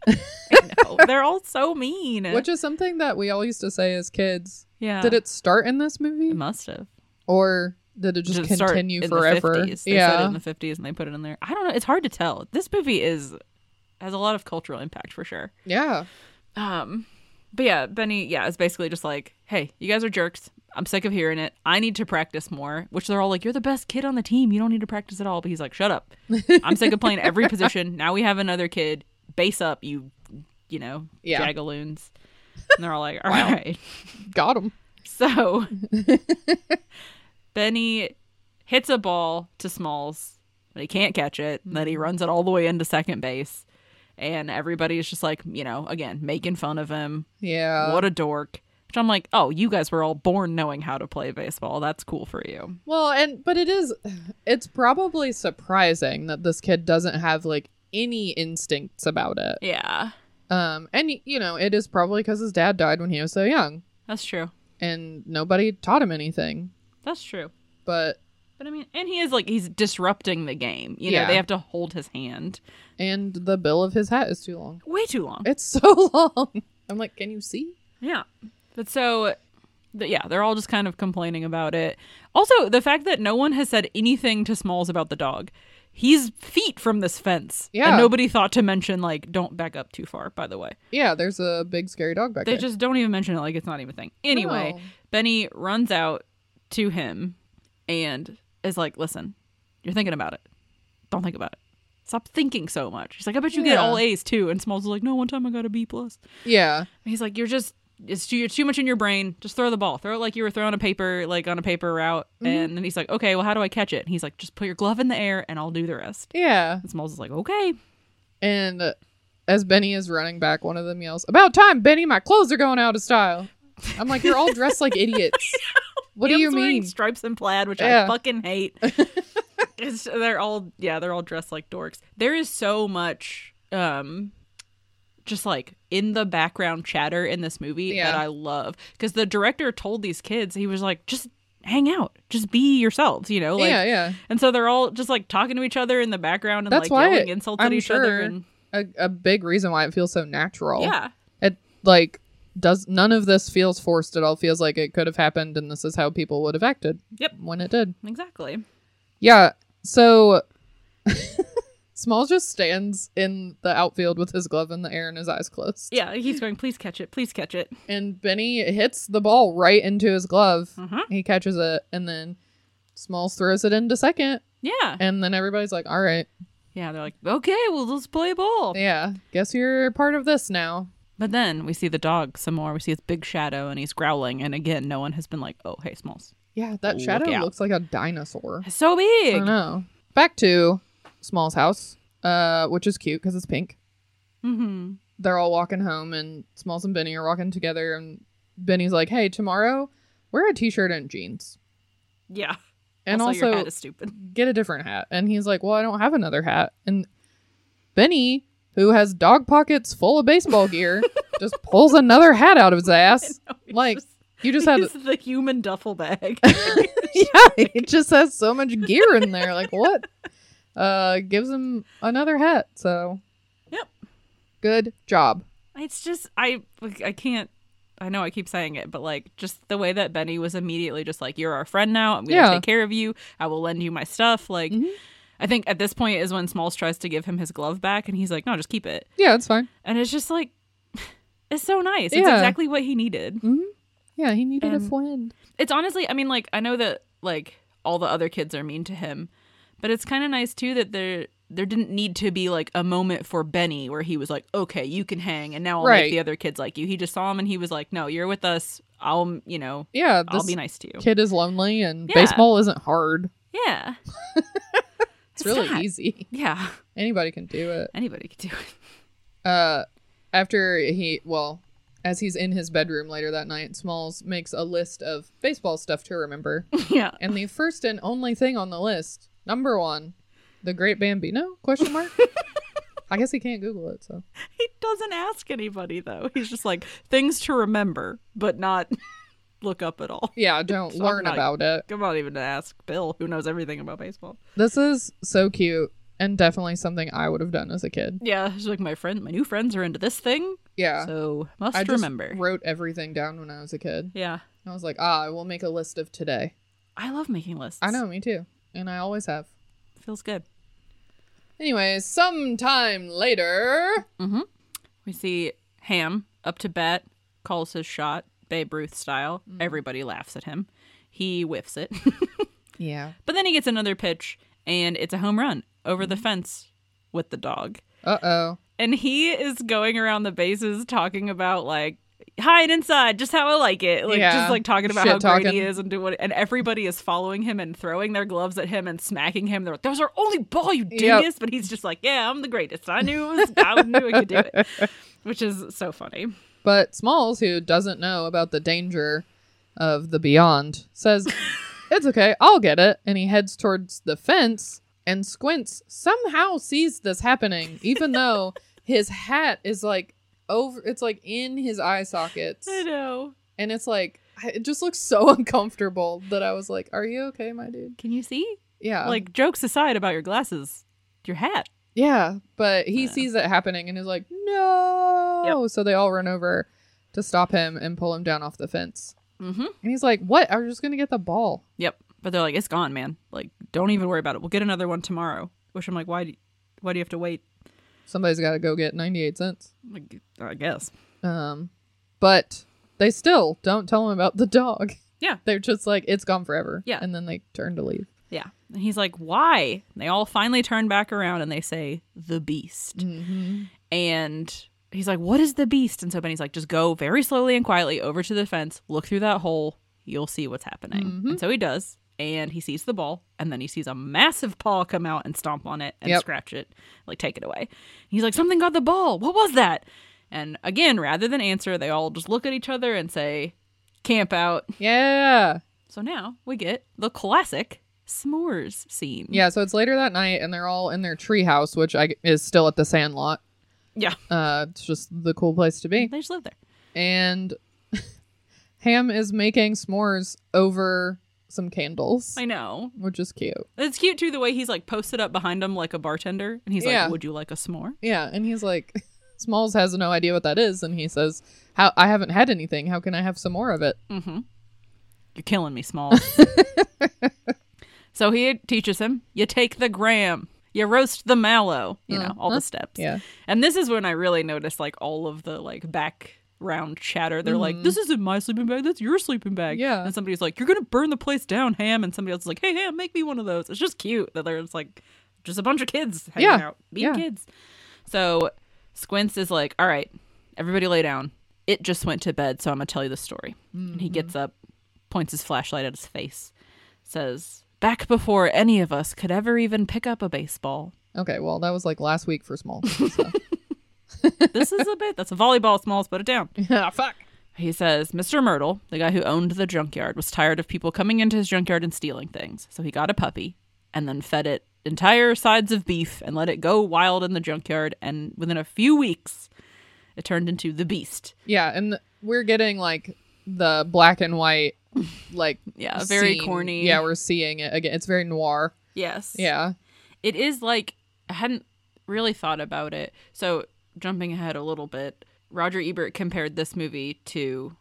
No, *laughs* they're all so mean.
which is something that we all used to say as kids.
yeah,
Did it start in this movie,
It must have.
or did it just
Did it start
continue
in the
forever?
50s? They said it
yeah,
in the fifties, and they put it in there. I don't know. It's hard to tell. This movie is has a lot of cultural impact for sure.
yeah,
Um, but yeah, Benny, yeah, is basically just like, hey, you guys are jerks. I'm sick of hearing it. I need to practice more. Which they're all like, you're the best kid on the team. You don't need to practice at all. But he's like, shut up. I'm sick of playing every position. Now we have another kid. Base up, you, you know,
Yeah.
jagaloons. And they're all like, all right.
got him.
So Benny hits a ball to Smalls, but he can't catch it. And then he runs it all the way into second base. And everybody is just like, you know, again, making fun of him.
Yeah.
what a dork. Which I'm like, oh, you guys were all born knowing how to play baseball. That's cool for you.
Well, and but it is it's probably surprising that this kid doesn't have like any instincts about it.
Yeah,
Um and y- you know, it is probably cuz his dad died when he was so young
that's true.
and nobody taught him anything.
That's true.
But
But I mean, and he is like, he's disrupting the game. You know,
Yeah.
they have to hold his hand
and the bill of his hat is too long.
way too long.
It's *laughs* so long. I'm like, "Can you see?"
Yeah. But so, th- yeah, they're all just kind of complaining about it. Also, the fact that no one has said anything to Smalls about the dog. He's feet from this fence.
Yeah.
And nobody thought to mention, like, don't back up too far, by the way.
Yeah, there's a big scary dog back
They
there.
just don't even mention it. Like, it's not even a thing. Anyway,
No.
Benny runs out to him and is like, listen, you're thinking about it. Don't think about it. Stop thinking so much. He's like, I bet you get
Yeah.
all A's too. And Smalls is like, no, one time I got a B plus.
yeah.
And He's like, you're just it's too, you're too much in your brain. Just throw the ball. Throw it like you were throwing a paper, like on a paper route.
Mm-hmm.
And then he's like, okay, well, how do I catch it? And he's like, just put your glove in the air, and I'll do the rest.
Yeah.
And Smalls is like, okay,
And uh, as Benny is running back, one of them yells, "About time, Benny! My clothes are going out of style." I'm like, "You're all
*laughs*
dressed like idiots. What do
Him's
you
wearing
mean?"
Stripes and plaid, which I
Yeah.
fucking
*laughs*
hate. It's- they're all yeah, they're all dressed like dorks. There is so much um just like in the background chatter in this movie that
Yeah.
I love because the director told these kids he was like just hang out, just be yourselves, you know, like
yeah, yeah.
And so they're all just like talking to each other in the background and
That's
like
why
yelling insults
I'm
at each
sure
other and
A, a big reason why it feels so natural.
yeah.
It like does none of this feels forced. It all feels like it could have happened, and this is how people would have acted.
Yep.
When it did.
Exactly.
Yeah. So *laughs* Smalls just stands in the outfield with his glove in the air and his eyes closed.
Yeah, he's going, "Please catch it. Please catch it."
And Benny hits the ball right into his glove.
Mhm.
He catches it, and then Smalls throws it into second.
Yeah.
And then everybody's like, all right,
Yeah. They're like, okay, well, let's play ball.
yeah, guess you're part of this now.
But then we see the dog some more. We see his big shadow and he's growling. And again, no one has been like, oh, hey, Smalls.
Yeah, that
Look
shadow
out.
looks like a dinosaur.
It's so big.
I know. Back to Small's house, uh, which is cute because it's pink.
Mm-hmm.
They're all walking home, and Smalls and Benny are walking together. And Benny's like, "Hey, tomorrow, wear a t-shirt and jeans,
Yeah.
and also,
your head is stupid.
get a different hat." And he's like, "Well, I don't have another hat." And Benny, who has dog pockets full of
*laughs*
baseball gear, just pulls another hat out of his ass.
It's
Like
just-
you
*laughs*
just had,
It's the human duffel
*laughs*
bag.
yeah, *laughs* it just has so much gear in there. Like what? Uh, gives him another hat. So,
Yep.
good job.
it's just I I can't. I know I keep saying it, but like just the way that Benny was immediately just like, "You're our friend now. I'm gonna
Yeah.
take care of you. I will lend you my stuff." Like,
Mhm.
I think at this point is when Smalls tries to give him his glove back, and he's like, "No, just keep it."
Yeah, it's fine.
And it's just like, *sighs* it's so nice. It's
Yeah.
exactly what he needed.
Yeah, he needed a
And-
friend.
It's honestly, I mean, like I know that like all the other kids are mean to him, but it's kind of nice too that there there didn't need to be like a moment for Benny where he was like, "Okay, you can hang," and now I'll
Right.
make the other kids like you. He just saw him and he was like, "No, you're with us. I'll, you know,
Yeah, this
I'll be nice to you."
kid is lonely, and
Yeah.
baseball isn't hard.
Yeah,
It's, really
not.
easy. *laughs*
yeah. *laughs*
Anybody can do it.
Anybody could do it. *laughs*
Uh, after he, well, as he's in his bedroom later that night, Smalls makes a list of baseball stuff to
*laughs*
remember,
yeah.
and the first and only thing on the list, number one, the Great Bambino?
*laughs*
Question mark. I guess he can't Google it, so
He doesn't ask anybody though. He's just like things to remember, but not *laughs* look up at all.
yeah, don't
So I'm
learn
not-
about it.
I'm not even to ask Bill, who knows everything about baseball.
This is so cute and definitely something I would have done as a kid.
Yeah, she's like my friend, my new friends are into this thing,
Yeah.
so must
I just
remember.
wrote everything down when I was a kid.
yeah,
I was like, ah, I will make a list of today.
I love making lists.
I know, me too. And I always have.
feels good.
Anyway, sometime later.
We see Ham up to bat, calls his shot, Babe Ruth style.
Mm-hmm.
Everybody laughs at him. He whiffs it, *laughs*
Yeah.
but then he gets another pitch, and it's a home run over
Mm-hmm.
the fence with the dog.
Uh oh.
and he is going around the bases talking about like high and inside, just how I like it, like
Yeah.
just like talking about
Shit
how great he
talking.
is and do what, and everybody is following him and throwing their gloves at him and smacking him. They're like, "Those are only ball, you dingus!"
Yep.
But he's just like, "Yeah, I'm the greatest. I knew it was, I knew I could do it,"
*laughs*
which is so funny.
But Smalls, who doesn't know about the danger of the beyond,
*laughs*
says, It's okay, I'll get it. And he heads towards the fence, and Squints somehow sees this happening,
*laughs*
even though his hat is like over, it's like in his eye sockets.
I know.
And it's like, it just looks so *laughs* uncomfortable that I was like, Are you okay, my dude?
Can you see?
Yeah.
like jokes aside about your glasses, your hat.
Yeah, but he sees it happening and is like, no. So they all run over to stop him and pull him down off the fence.
Mm-hmm.
And he's like, what? I'm just going to get the ball.
Yep. But they're like, "It's gone, man. Like, don't even worry about it. We'll get another one tomorrow." Which I'm like, why? Do why do you have to wait?
Somebody's got to go get 98 cents.
Like, I guess.
Um, but they still don't tell him about the dog.
Yeah.
*laughs* They're just like, it's gone forever.
Yeah.
And then they turn to leave.
Yeah. And he's like, why? And they all finally turn back around and they say, the beast. And he's like, what is the beast? And so Benny's like, just go very slowly and quietly over to the fence, look through that hole, you'll see what's happening. And so he does. And he sees the ball, and then he sees a massive paw come out and stomp on it and
Yep.
scratch it, like take it away. He's like, Something got the ball. What was that? And again, rather than answer, they all just look at each other and say, Camp out.
Yeah.
So now we get the classic s'mores scene.
Yeah. So it's later that night and they're all in their tree house, which I, is still at the Sandlot.
Yeah.
Uh, it's just the cool place to be.
They just live there.
and *laughs* Ham is making s'mores over some candles,
I know.
which is cute.
It's cute too the way he's like posted up behind him like a bartender and he's
Yeah.
like, Would you like a s'more?
Yeah, and he's like, *laughs* Smalls has no idea what that is, and he says, "How I haven't had anything. How can I have some more of it?"
You're killing me,
*laughs*
small. so he teaches him, you take the gram, you roast the mallow, you know, all the steps.
Uh-huh. Yeah.
And this is when I really noticed like all of the like back round chatter. They're
Mhm.
like, "This isn't my sleeping bag. That's your sleeping bag."
Yeah.
And somebody's like, "You're gonna burn the place down, Ham." And somebody else is like, "Hey, Ham, make me one of those." It's just cute that there's like just a bunch of kids hanging
Yeah.
out, being
Yeah.
kids. So Squints is like, "All right, everybody lay down." It just went to bed, so I'm gonna tell you the story. And
Mm-hmm.
he gets up, points his flashlight at his face, says, "Back before any of us could ever even pick up a baseball."
Okay, well, that was like last week for
*laughs*
small. So.
this is a bit. That's a volleyball. Smalls, put it down.
yeah, fuck.
He says, Mr. Myrtle, the guy who owned the junkyard, was tired of people coming into his junkyard and stealing things. So he got a puppy and then fed it entire sides of beef and let it go wild in the junkyard. And within a few weeks, it turned into the beast.
Yeah, and th- we're getting like the black and white, like
*laughs* Yeah, very
scene.
corny.
Yeah, we're seeing it again. It's very noir.
Yes.
Yeah,
it is like I hadn't really thought about it. So jumping ahead a little bit, Roger Ebert compared this movie to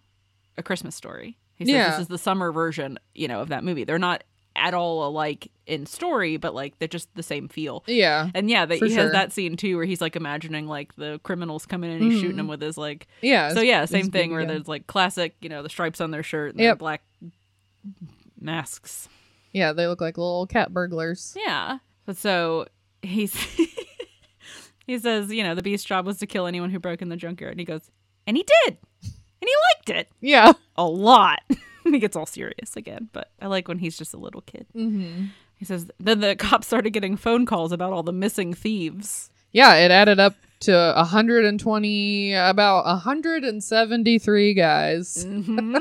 A Christmas Story. He says
Yeah.
this is the summer version, you know, of that movie. They're not at all alike in story, but like they're just the same feel.
yeah,
And yeah, that
For
he
sure.
has that scene too, where he's like imagining like the criminals coming in and he's shooting them with his like.
Mm. yeah.
So
it's-
yeah,
it's
same thing
big
where
again.
there's like classic, you know, the stripes on their shirt and
Yep.
the black masks.
yeah, they look like little cat burglars.
Yeah. But so he's *laughs* he says, you know, the beast's job was to kill anyone who broke in the junkyard. And he goes, and he did. And he liked it
Yeah.
a lot. *laughs* he gets all serious again, but I like when he's just a little kid.
Mm-hmm.
He says, then the cops started getting phone calls about all the missing thieves.
Yeah, it added up to 120, about 173 guys.
Mm.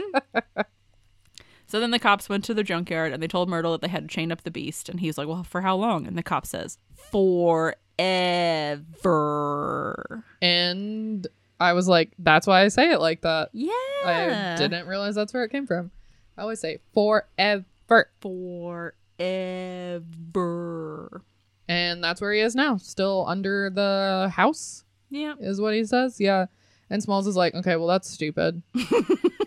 So then the cops went to the junkyard and they told Myrtle that they had to chain up the beast. And he's like, well, for how long? And the cop says, forever.
And I was like, that's why I say it like that.
Yeah.
I didn't realize that's where it came from. I always say forever.
forever.
And that's where he is now, still under the house,
Yeah.
is what he says. Yeah. And Smalls is like, okay, well, that's
*laughs*
stupid.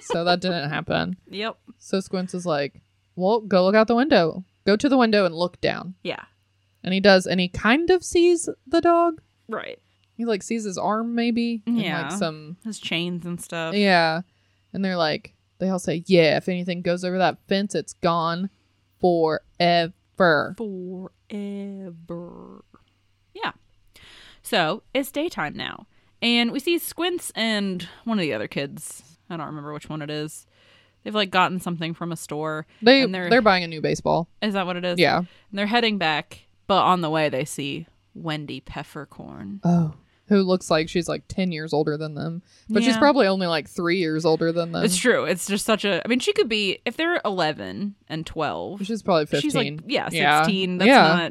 so that didn't happen.
Yep.
So Squints is like, well, go look out the window. Go to the window and look down.
Yeah.
And he does, and he kind of sees the dog.
Right.
He like sees his arm, maybe. and,
Yeah.
like some.
His chains and stuff.
Yeah. And they're like, they all say, yeah, if anything goes over that fence, it's gone forever.
Forever. Yeah. So it's daytime now. And we see Squints and one of the other kids. I don't remember which one it is. They've like gotten something from a store.
They
and
they're,
they're,
buying a new baseball.
is that what it is?
Yeah.
And they're heading back, but on the way they see Wendy Peppercorn.
Oh. Who looks like she's like ten years older than them, but she's
Yeah.
probably only like three years older than them.
It's true. It's just such a I mean, she could be if they're eleven and twelve,
She's probably fifteen.
She's like, yeah, 16. That's
yeah,
not.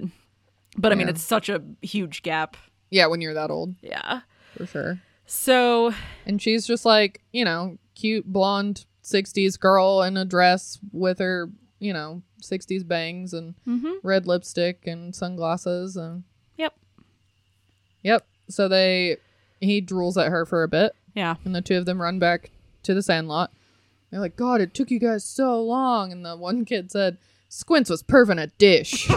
But I mean,
Yeah.
it's such a huge gap.
yeah. When you're that old,
Yeah.
for sure.
So,
And she's just like you know, cute blonde '60s girl in a dress with her you know '60s bangs and
Mm-hmm.
red lipstick and sunglasses and
yep.
yep. So they he drools at her for a bit,
Yeah.
and the two of them run back to the sandlot. They're like, God, it took you guys so long. And the one kid said, Squints was perving a dish.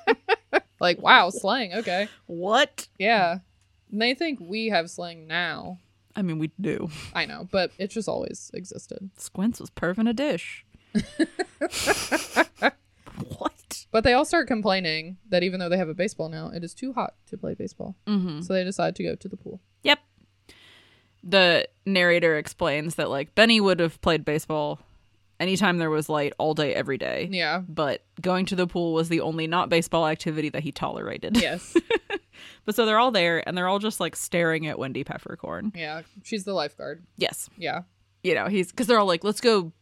*laughs* like, wow, slang. Okay.
What?
Yeah. And they think we have slang now.
I mean, we do.
I know, but it's just always existed.
Squints was perving a
*laughs*
dish. what?
But they all start complaining that even though they have a baseball now, it is too hot to play baseball. Mm-hmm. So they decide to go to the pool.
Yep. The narrator explains that, like, Benny would have played baseball anytime there was light all day, every day.
Yeah.
But going to the pool was the only not baseball activity that he tolerated.
Yes.
*laughs* But so they're all there and they're all just like staring at Wendy Peppercorn.
yeah. She's the lifeguard.
Yes.
Yeah.
you know, he's because they're all like, let's go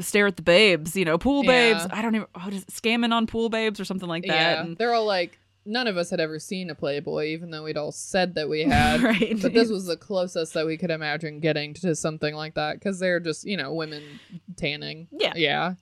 stare at the babes, you know, pool babes.
Yeah.
I don't even, oh, does, scamming on pool babes or something like that.
Yeah.
and- *laughs*
They're all like, none of us had ever seen a Playboy, even though we'd all said that we
*laughs*
had.
right.
But this was the closest that we could imagine getting to something like that because they're just, you know, women tanning.
Yeah.
Yeah.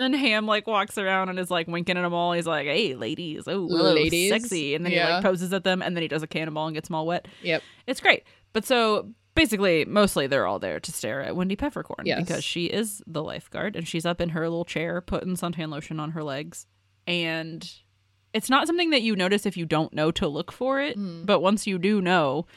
and Ham like walks around and is like winking at them all. He's like, hey, ladies. Oh, hello,
Ladies.
sexy. And then he
Yeah.
like poses at them and then he does a cannonball and gets them all wet.
Yep.
It's great. But so basically, mostly they're all there to stare at Wendy Peppercorn
Yes.
because she is the lifeguard and she's up in her little chair putting suntan lotion on her legs. And
Hmm.
it's not something that you notice if you don't know to look for it. But once you do know,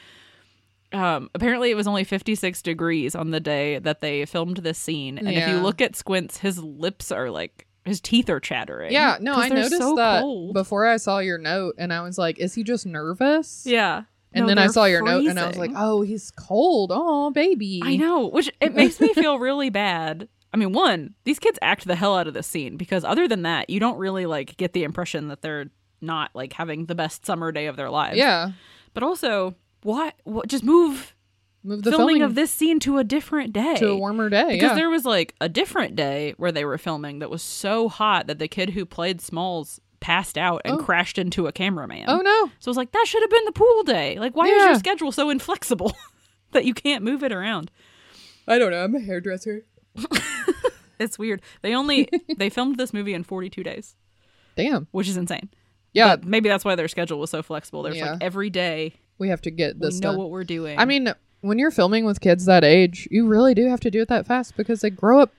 um, apparently it was only 56 degrees on the day that they filmed this scene. And if you
Yeah.
look at Squints, his lips are like his teeth are chattering.
Yeah, no,
'cause
I
they're
noticed
so
that
cold.
before I saw your note, and I was like, "Is he just nervous?"
yeah.
And
No,
then I
they're
saw your note, and I was like,
freezing.
"Oh, he's cold. Oh, baby."
I know, which it makes me feel really bad. I mean, one, these kids act the hell out of this scene because other than that, you don't really like get the impression that they're not like having the best summer day of their lives.
Yeah,
But also, what? what just move
move the
filming,
filming,
of this scene to a different day.
to a warmer day.
because
yeah.
there was like a different day where they were filming that was so hot that the kid who played Smalls passed out and
Oh.
crashed into a cameraman.
oh no,
So I was like, that should have been the pool day. Like, why is your
Yeah.
schedule so inflexible *laughs* that you can't move it around?
I don't know. I'm a hairdresser.
It's weird. They
*laughs*
only they filmed this movie in 42 days,
Damn.
which is insane.
Yeah,
But maybe that's why their schedule was so flexible. There's
Yeah.
like every day
we have to get
we
this
know
done.
what we're doing.
I mean, when you're filming with kids that age, you really do have to do it that fast because they grow up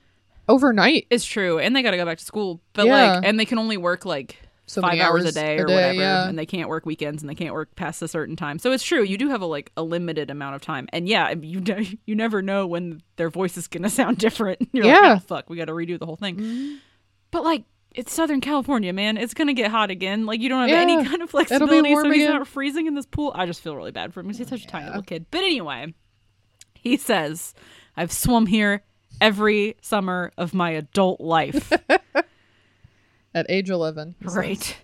overnight.
it's true, and they got to go back to school. But
Yeah.
like, and they can only work like
So
five
many
hours, a
hours
day
a
or
day,
whatever,
yeah.
and they can't work weekends and they can't work past a certain time. So it's true. You do have a like a limited amount of time, and yeah, you ne- you never know *laughs* when their voice is gonna sound *laughs* different. You're
Yeah. Mm-hmm.
like, oh, fuck, we got to redo the whole thing. But like. It's Southern California, man. It's gonna get hot again. Like you don't have any
Yeah.
kind of
be
flexibility, so
warm
he's
again. Oh,
not freezing in this pool. I just feel really bad for him because he's such a tiny little kid. But anyway, he says, "I've swum here every summer of my adult
*laughs*
life."
At age 11. he says.
Right.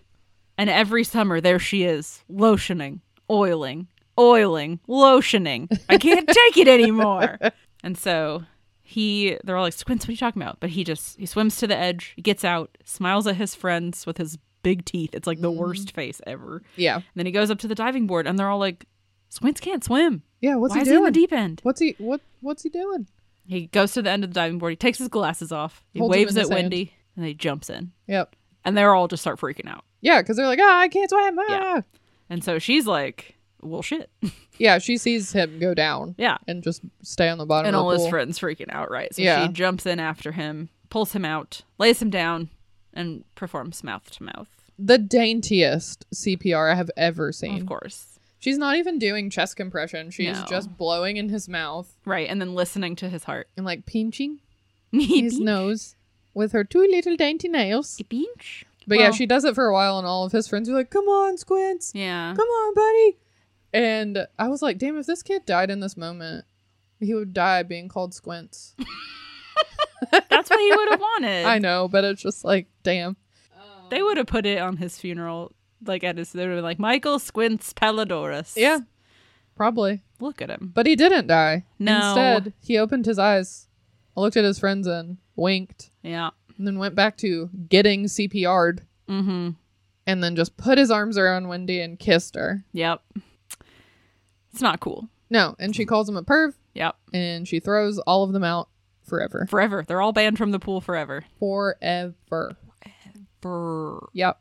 And every summer, there she is, lotioning, oiling, oiling, lotioning. I can't take it
*laughs*
anymore. And so he, they're all like, Squints, what are you talking about? But he just, he swims to the edge, he gets out, smiles at his friends with his big teeth. It's like the
Mm-hmm.
worst face ever.
Yeah.
And then he goes up to the diving board, and they're all like, Squints can't swim.
Yeah, what's
Why
he
is
doing?
he in the deep end?
What's he what what's he doing?
He goes to the end of the diving board, he takes his glasses off, he
Holds 'em
waves
in the
at
sand.
Wendy, and he jumps in.
Yep.
And they're all just start freaking out.
Yeah, because they're like, ah, I can't swim. Ah.
Yeah. And so she's like, well, shit. *laughs*
Yeah, she sees him go down
yeah.
and just stay on the bottom
And
of the
all his
pool.
friends freaking out, right? So
Yeah.
she jumps in after him, pulls him out, lays him down, and performs mouth to mouth,
the daintiest CPR I have ever seen.
of course.
She's not even doing chest compression. She's
No.
just blowing in his mouth
Right. And then listening to his heart. *laughs*
and like pinching
Pinch.
his nose with her two little dainty nails.
Pinch.
But yeah,
Well-
she does it for a while, and all of his friends are like, "Come on, Squints, *laughs*
Yeah.
come on, buddy." And I was like, "Damn, if this kid died in this moment, he would die being called Squints."
*laughs* That's what he would have wanted.
I know, but it's just like, damn.
They would have put it on his funeral. Like, at his, they would have been like, Michael Squints Palladorus.
Yeah, probably.
Look at him.
But he didn't die.
No.
Instead, he opened his eyes, looked at his friends, and winked,
Yeah.
and then went back to getting CPR'd,
Mm hmm.
and then just put his arms around Wendy and kissed her.
Yep. It's not cool.
No, and
Mm-hmm.
she calls him a perv,
Yep.
and she throws all of them out forever.
Forever. They're all banned from the pool forever.
Forever.
Brr.
Yep.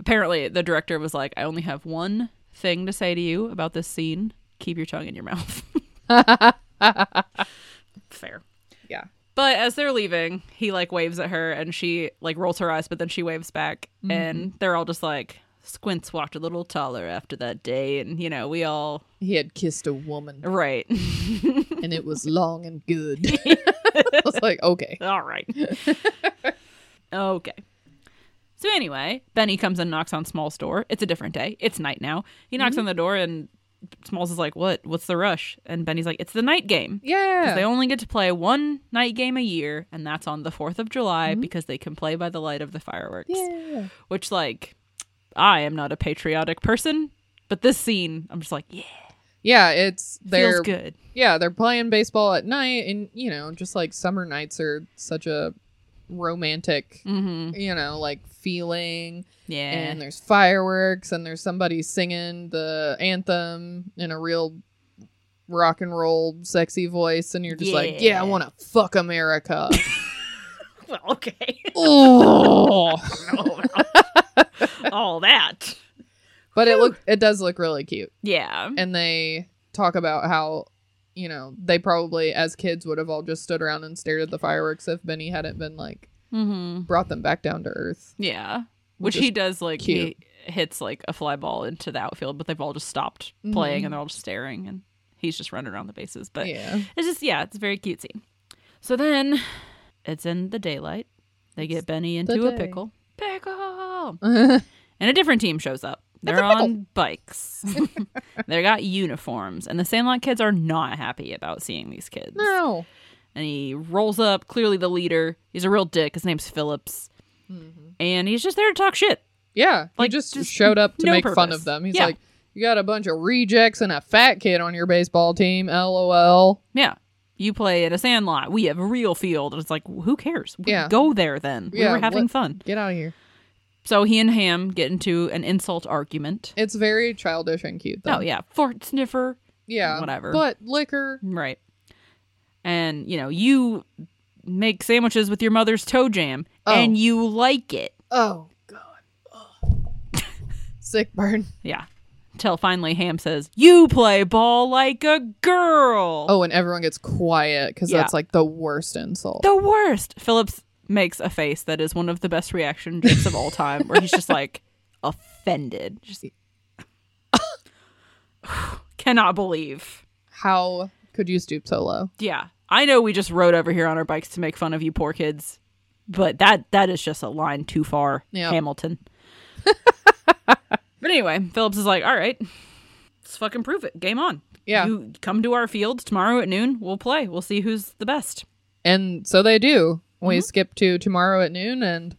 apparently the director was like i only have one thing to say to you about this scene keep your tongue in your mouth *laughs* fair
Yeah.
but as they're leaving he like waves at her and she like rolls her eyes but then she waves back and they're all just like squints walked a little taller after that day and you know we all
He had kissed a woman,
right *laughs*
and it was long and good. I was like, okay.
all right okay so anyway benny comes and knocks on small's door it's a different day it's night now he knocks on the door and smalls is like what what's the rush and benny's like it's the night game 'Cause
Yeah.
they only get to play one night game a year and that's on the 4th of july because they can play by the light of the fireworks
Mm-hmm. yeah.
which like i am not a patriotic person but this scene i'm just like yeah
Yeah, it's
feels
they're
good
yeah, they're playing baseball at night and you know, just like summer nights are such a romantic,
mm-hmm.
you know, like feeling
yeah
and there's fireworks and there's somebody singing the anthem in a real rock and roll sexy voice and you're just like, yeah, I
Yeah.
want to fuck America.
*laughs* well okay
oh.
*laughs* all that
But
*laughs*
it look it does look really cute.
yeah
and they talk about how you know they probably as kids would have all just stood around and stared at the fireworks if benny hadn't been like
mm-hmm.
brought them back down to earth
Yeah. Which
Which is
he does like
cute.
he hits like a fly ball into the outfield, but they've all just stopped playing and they're all just staring and he he's just running around the bases. But
Mm-hmm. yeah.
it's just yeah, it's very cutesy. So then it's in the daylight. They get Benny
the
into a
day.
pickle.
*laughs*
Pickle.
yeah.
And a different team shows up. They're
a pickle.
on bikes. *laughs* they got uniforms, and the Sandlot kids are not happy about seeing these kids.
no.
And he rolls up, clearly the leader. He's a real dick. His name's Phillips,
Mm-hmm.
and he's just there to talk shit.
Yeah.
Like,
he just,
just
showed up to
no
make fun
purpose.
of them. He's
Yeah.
like, You got a bunch of rejects and a fat kid on your baseball team, lol.
Yeah. You play at a sandlot. We have a real field. And it's like, who cares? We
Yeah.
Go there then. We
Yeah,
were having
what-
fun.
Get out of here.
So he and Ham get into an insult argument.
It's very childish and cute though.
Oh, yeah. Fort sniffer.
Yeah.
Whatever.
But liquor.
Right. And, you know, you make sandwiches with your mother's toe jam
Oh.
and you like it.
Oh god. Ugh. Sick burn.
Yeah. Till finally Ham says, You play ball like a girl.
Oh, and everyone gets quiet because
Yeah.
that's like the worst insult.
The worst. Phillips makes a face that is one of the best reaction jokes of all time, where he's
*laughs*
just like offended. Just *laughs* cannot believe.
How could you stoop so low?
Yeah. I know we just rode over here on our bikes to make fun of you poor kids, but that that is just a line too far,
Yeah.
Hamilton. but anyway, Phillips is like, all right, let's fucking prove it. Game on.
Yeah.
You come to our field tomorrow at noon. We'll play. We'll see who's the best.
And so they do.
Mm-hmm.
We skip to tomorrow at noon and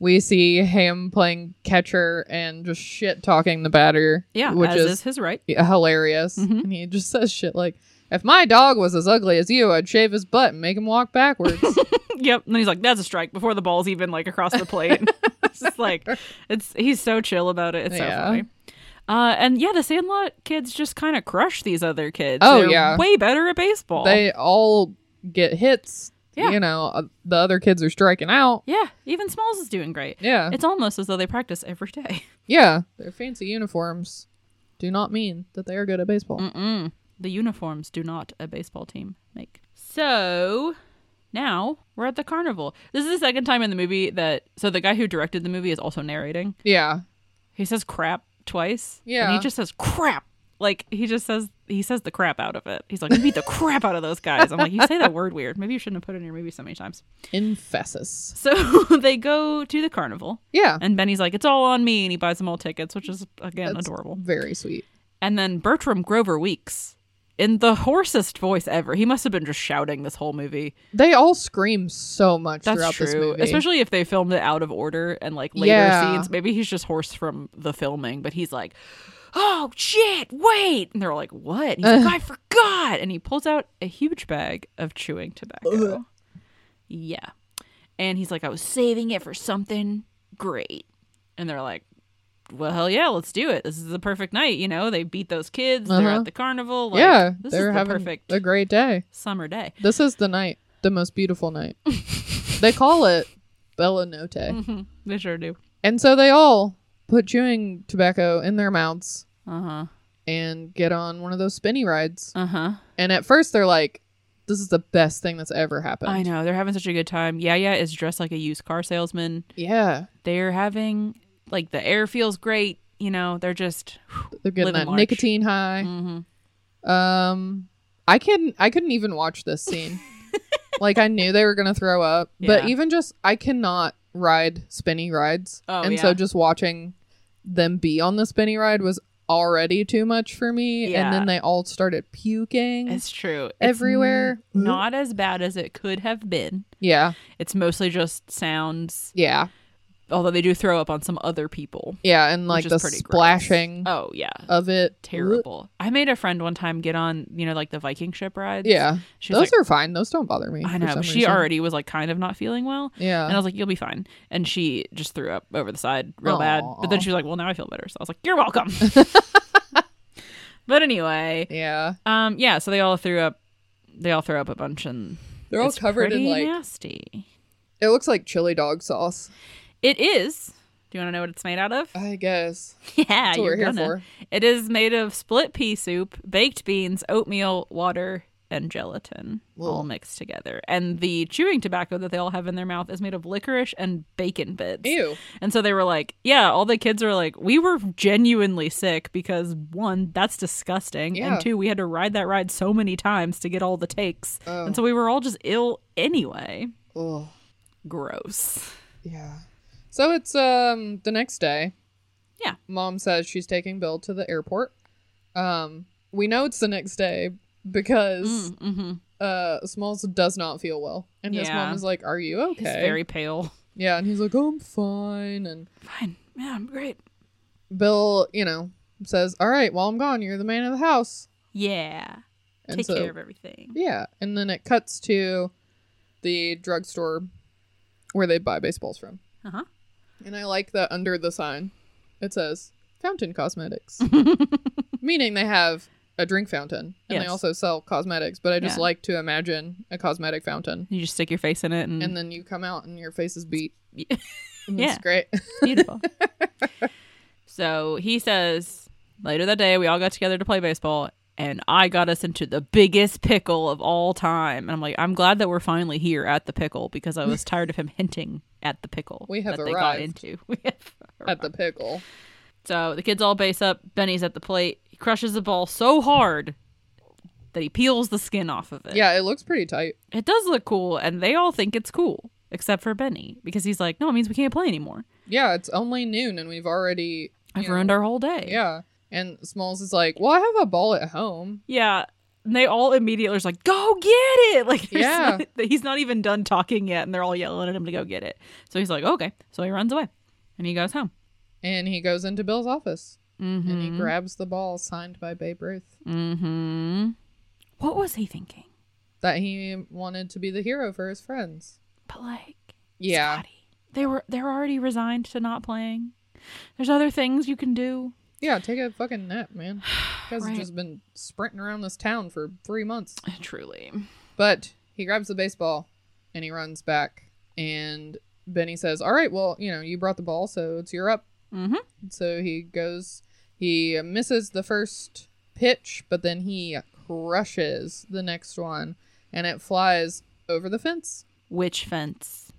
we see Ham playing catcher and just shit talking the batter.
Yeah.
Which
as
is,
is his right. *laughs*
hilarious.
Mm-hmm.
And he just says shit like, if my dog was as ugly as you, I'd shave his butt and make him
*laughs*
walk backwards.
Yep. And then he's like, that's a strike before the ball's even like across the plate. *laughs* it's just like it's he's so chill about it. It's so
Yeah.
funny. Uh, and yeah, the Sandlot kids just kind of crush these other kids.
Oh,
They're
yeah.
way better at baseball.
they all get hits.
Yeah.
You know, uh, the other kids are striking out.
yeah, even Smalls is doing great.
Yeah.
It's almost as though they practice every day. *laughs*
Yeah. Their fancy uniforms do not mean that they are good at baseball.
Mm-mm. The uniforms do not a baseball team make. So now we're at the carnival. This is the second time in the movie that so the guy who directed the movie is also narrating.
Yeah.
He says crap twice. And
Yeah.
he just says crap. Like he just says he says the crap out of it. He's like, "You beat the crap out of those guys. I'm like, you say that word weird. Maybe you shouldn't have put it in your movie so many times.
Emphasis.
So *laughs* they go to the carnival
Yeah.
and Benny's like, It's all on me and he buys them all tickets, which is again
That's
adorable.
Very sweet.
And then Bertram Grover Weeks in the hoarsest voice ever. He must have been just shouting this whole movie.
They all scream so much
That's
throughout this
true.
movie.
Especially if they filmed it out of order and like later
Yeah.
scenes. Maybe he's just hoarse from the filming, but he's like, oh shit, wait. And they're like, what? And he's like, I forgot. And he pulls out a huge bag of chewing tobacco. Yeah. And he's like, I was saving it for something great. And they're like, well, hell yeah, let's do it. This is the perfect night. You know, they beat those kids. They're
Uh-huh.
at the carnival. Like,
yeah,
This is
they're
the
having
perfect
a great day.
summer day.
This is the night, the most
*laughs*
beautiful night. they call it Bella Notte.
Mm-hmm. They sure do.
And so they all put chewing tobacco in their mouths
Uh huh.
and get on one of those spinny rides.
Uh huh.
And at first they're like, this is the best thing that's ever happened.
I know they're having such a good time. Yaya is dressed like a used car salesman.
Yeah.
They're having like the air feels great. You know, they're just
They're getting
Living
that
large.
nicotine high.
Mm-hmm.
Um, I can I couldn't even watch this
*laughs*
scene. like I knew they were gonna throw up, but
Yeah.
even just I cannot ride spinny rides,
Oh,
and so
yeah.
just watching them be on the spinny ride was already too much for me. And
Yeah.
then they all started puking.
it's true It's
Everywhere.
n- not as bad as it could have been.
yeah,
It's mostly just sounds,
yeah,
although they do throw up on some other people.
yeah, and like
is
the
pretty gross.
splashing Uh,
Oh yeah,
of it.
terrible. I made a friend one time get on, you know, like the Viking ship rides.
Yeah,
She's
those
like-
are fine. Those don't bother me.
I
for
know.
some
but She
reason.
already was like kind of not feeling well.
Yeah.
And I was like, you'll be fine. And she just threw up over the side real bad. But then
Aw.
she was like, well, now I feel better. So I was like, you're
*laughs*
welcome. but anyway,
Yeah,
um, yeah, so they all threw up. They all throw up a bunch and
they're all
it's
covered in
pretty
like
nasty.
It looks like chili dog sauce,
It is. Do you want to know what it's made out of?
I guess.
*laughs* yeah,
what we're
you're
here
gonna.
for.
It is made of split pea soup, baked beans, oatmeal, water, and gelatin
Whoa.
all mixed together. And the chewing tobacco that they all have in their mouth is made of licorice and bacon bits.
Ew.
And so they were like, yeah, all the kids are like, we were genuinely sick because one, that's disgusting.
Yeah.
And two, we had to ride that ride so many times to get all the takes.
Oh.
And so we were all just ill anyway.
Ugh.
Gross.
Yeah. So it's um the next day.
Yeah.
Mom says she's taking Bill to the airport. Um we know it's the next day because
Mm-hmm.
uh Smalls does not feel well. And his
Yeah.
mom is like, "Are you okay?"
He's very pale.
yeah, and he's like, "Oh, "I'm fine." And
Fine. Yeah, I'm great.
Bill, you know, says, "All right, while I'm gone, you're the man of the house."
Yeah.
And
Take
so
care of everything.
yeah, and then it cuts to the drugstore where they buy baseballs from.
Uh huh.
And I like that under the sign it says fountain
*laughs*
cosmetics. Meaning they have a drink fountain and they
Yes.
also sell cosmetics, but I
Yeah.
just
Mm-hmm.
like to imagine a cosmetic fountain
You just stick your face in it and,
and then you come out and your face is beat.
Yeah.
And It's
Yeah.
great. *laughs*
beautiful. so he says later that day we all got together to play baseball and I got us into the biggest pickle of all time. And I'm like, I'm glad that we're finally here at the pickle because I was tired of him hinting at the pickle
We have
that they got
arrived.
into. *laughs* We have
At the pickle.
So the kids all base up. Benny's at the plate. He crushes the ball so hard that he peels the skin off of it.
Yeah, it looks pretty tight.
It does look cool, and they all think it's cool, except for Benny, because he's like, no, it means we can't play anymore.
Yeah, it's only noon and we've already
I've
you know,
ruined our whole day.
Yeah. And Smalls is like, Well, I have a ball at home.
Yeah. And they all immediately are just like, go get it. *laughs* Like, there's
Yeah.
not- that he's not even done talking yet, and they're all yelling at him to go get it. So he's like, okay. So he runs away and he goes home.
And he goes into Bill's office
Mm-hmm.
and he grabs the ball signed by Babe Ruth
mm-hmm. What was he thinking?
that he wanted to be the hero for his friends.
But like,
Yeah.
Scotty, they were they're already resigned to not playing. There's other things you can do.
Yeah, take a fucking nap,
*sighs*
man. You guys
Right.
have just been sprinting around this town for three months.
Truly.
But he grabs the baseball and he runs back. And Benny says, All right, well, you know, you brought the ball, so it's your up.
Mm-hmm.
So he goes, he misses the first pitch, but then he crushes the next one and it flies over the fence,
Which fence?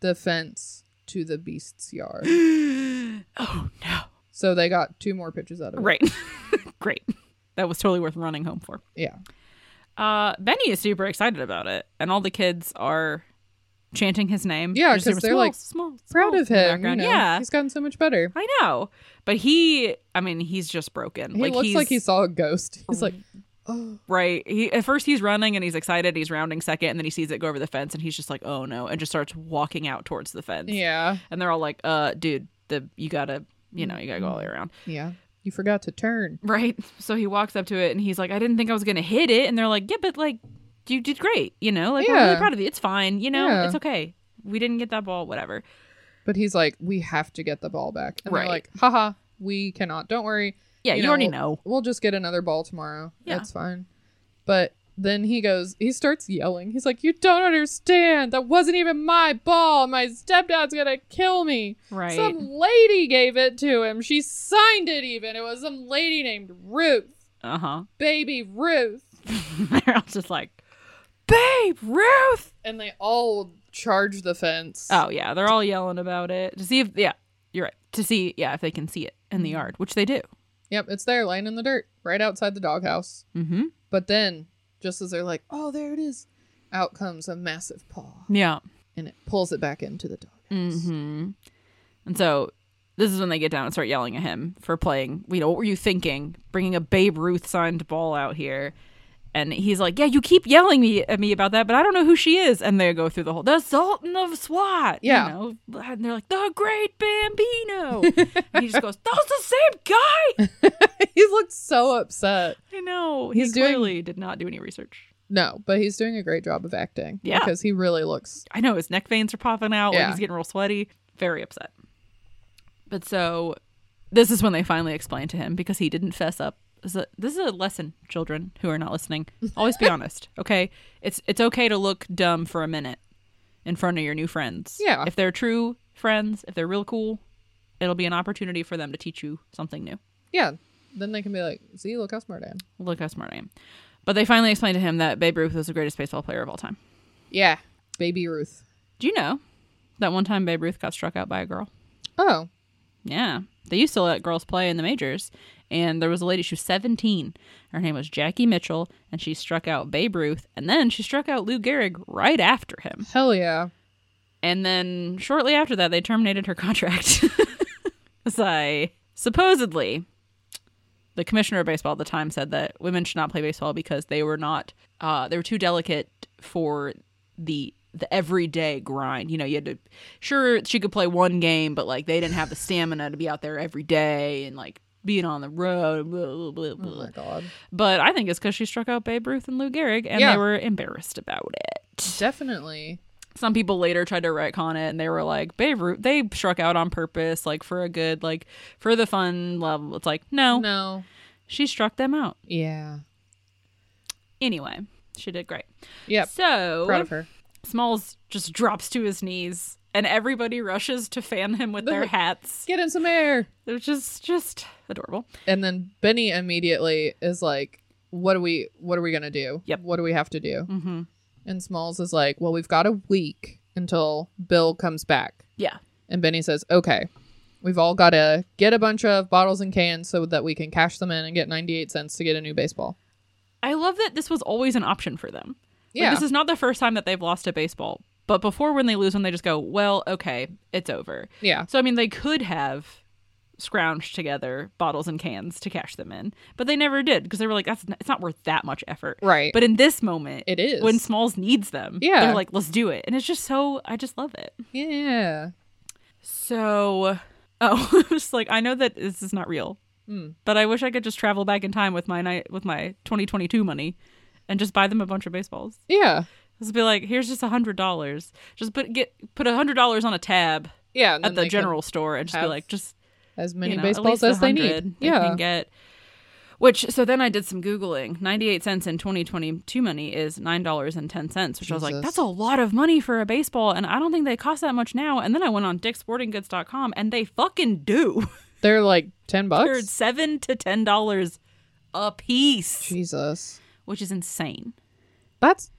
the fence to the beast's yard.
*gasps* Oh no.
so they got two more pitches out of it.
Right. *laughs* Great. That was totally worth running home for.
Yeah.
Uh, Benny is super excited about it, and all the kids are chanting his name.
Yeah,
Just
'cause
super
they're,
small,
like,
small, small
Proud of
in the
him. You
background.
know,
Yeah,
He's gotten so much better.
I know, but he, I mean, he's just broken.
He looks like he saw a ghost. *laughs* He's like, oh,
right. He at first he's running and he's excited. He's rounding second, and then he sees it go over the fence, and he's just like, "Oh no!" and just starts walking out towards the fence.
yeah,
and they're all like, "Uh, dude, the you gotta, you know, you gotta go all the way
Mm-hmm.
around."
yeah. You forgot to turn.
Right. *laughs* So he walks up to it and he's like, I didn't think I was going to hit it. And they're like, Yeah, but like, you did great. You know, like, we're
Yeah.
really proud of you. It's fine. You know,
Yeah.
it's okay. We didn't get that ball, whatever.
But he's like, we have to get the ball back. And
Right.
they're like, haha, we cannot. Don't worry.
Yeah, you,
know,
already
we'll-
know.
We'll just get another ball tomorrow.
Yeah.
It's fine. But then he goes, he starts yelling. He's like, you don't understand. That wasn't even my ball. My stepdad's going to kill me.
Right.
Some lady gave it to him. She signed it even. It was some lady named Ruth.
Uh huh.
Baby Ruth.
*laughs* they're all just like, Babe, Ruth.
And they all charge the fence.
Oh, yeah. They're all yelling about it to see if, yeah, you're right. To see, yeah, if they can see it in the yard, which they do.
Yep, it's there laying in the dirt right outside the doghouse.
Mm hmm.
But then, just as they're like, oh, there it is, out comes a massive paw
Yeah.
and it pulls it back into the doghouse.
Mm-hmm. And so this is when they get down and start yelling at him for playing. You know, what were you thinking? Bringing a Babe Ruth signed ball out here. And he's like, Yeah, you keep yelling me, at me about that, but I don't know who she is. And they go through the whole, The Sultan of SWAT.
Yeah.
You know, and they're like, The Great Bambino. and he just goes, That was the same guy.
*laughs* *laughs* he looks so upset.
I know. He
He's doing-
clearly did not do any research.
No, but he's doing a great job of acting.
Yeah.
Because he really looks.
I know his neck veins are popping out, like
Yeah.
he's getting real sweaty. Very upset. But so this is when they finally explain to him because he didn't fess up. This is a, this is a lesson, children who are not
*laughs*
listening. Always be honest, okay? It's it's okay to look dumb for a minute in front of your new friends.
Yeah.
If they're true friends, if they're real cool, it'll be an opportunity for them to teach you something new.
Yeah. Then they can be like, see, look how smart I am.
Look how smart I am. But they finally explained to him that Babe Ruth was the greatest baseball player of all time.
Yeah. Baby Ruth.
Do you know that one time Babe Ruth got struck out by a girl?
Oh.
Yeah. They used to let girls play in the majors. And there was a lady, she was 17. Her name was Jackie Mitchell, and she struck out Babe Ruth. And then she struck out Lou Gehrig right after him.
Hell yeah.
And then shortly after that, they terminated her *laughs* contract. As I supposedly, the commissioner of baseball at the time said that women should not play baseball because they were not, uh, they were too delicate for the the everyday grind. You know, you had to. Sure, she could play one game, but like they didn't have the stamina to be out there every day and like being on the road. Blah, blah, blah, blah.
Oh my god.
But I think it's because she struck out Babe Ruth and Lou Gehrig, and
Yeah.
they were embarrassed about it
Definitely.
some people later tried to retcon it and they were like Babe Ruth they struck out on purpose like for a good like for the fun level it's like no,
No.
she struck them out
Yeah.
anyway she did great
Yep.
so
Proud of her.
Smalls just drops to his knees and everybody rushes to fan him with their
Look.
hats
Get in some air.
they're just just adorable
And then Benny immediately is like, "What do we? What are we gonna do?
Yep.
What do we have to do?"
mm-hmm.
And Smalls is like, "Well, we've got a week until Bill comes back."
yeah
And Benny says, "Okay, we've all got to get a bunch of bottles and cans so that we can cash them in and get ninety-eight cents to get a new baseball."
I love that this was always an option for them Like,
Yeah.
this is not the first time that they've lost a baseball but before when they lose one they just go well okay it's over
Yeah,
So I mean, they could have scrounged together bottles and cans to cash them in, but they never did because they were like, "That's n- it's not worth that much effort."
right.
But in this moment,
it is
when Smalls needs them,
Yeah.
they're like, "Let's do it," and it's just so I just love it.
yeah.
So, *laughs* oh, it's like I know that this is not real,
Hmm.
but I wish I could just travel back in time with my ni- with my 2022 money. And just buy them a bunch of baseballs.
Yeah,
Just be like, here's just a hundred dollars. Just put get put a hundred dollars on a tab
yeah. and then
at the
they can-
general store, and just be
have
like, just
as many
you know, at
baseballs
least
as they
100
need. yeah,
can get. Which so then I did some googling. Ninety eight cents in twenty twenty two money is nine dollars and ten cents, which I was like,
Jesus.
that's a lot of money for a baseball, and I don't think they cost that much now. And then I went on DickSportingGoods.com, and they fucking do. *laughs*
they're like ten
They're
bucks.
seven to ten dollars a piece,
Jesus,
which is insane.
that's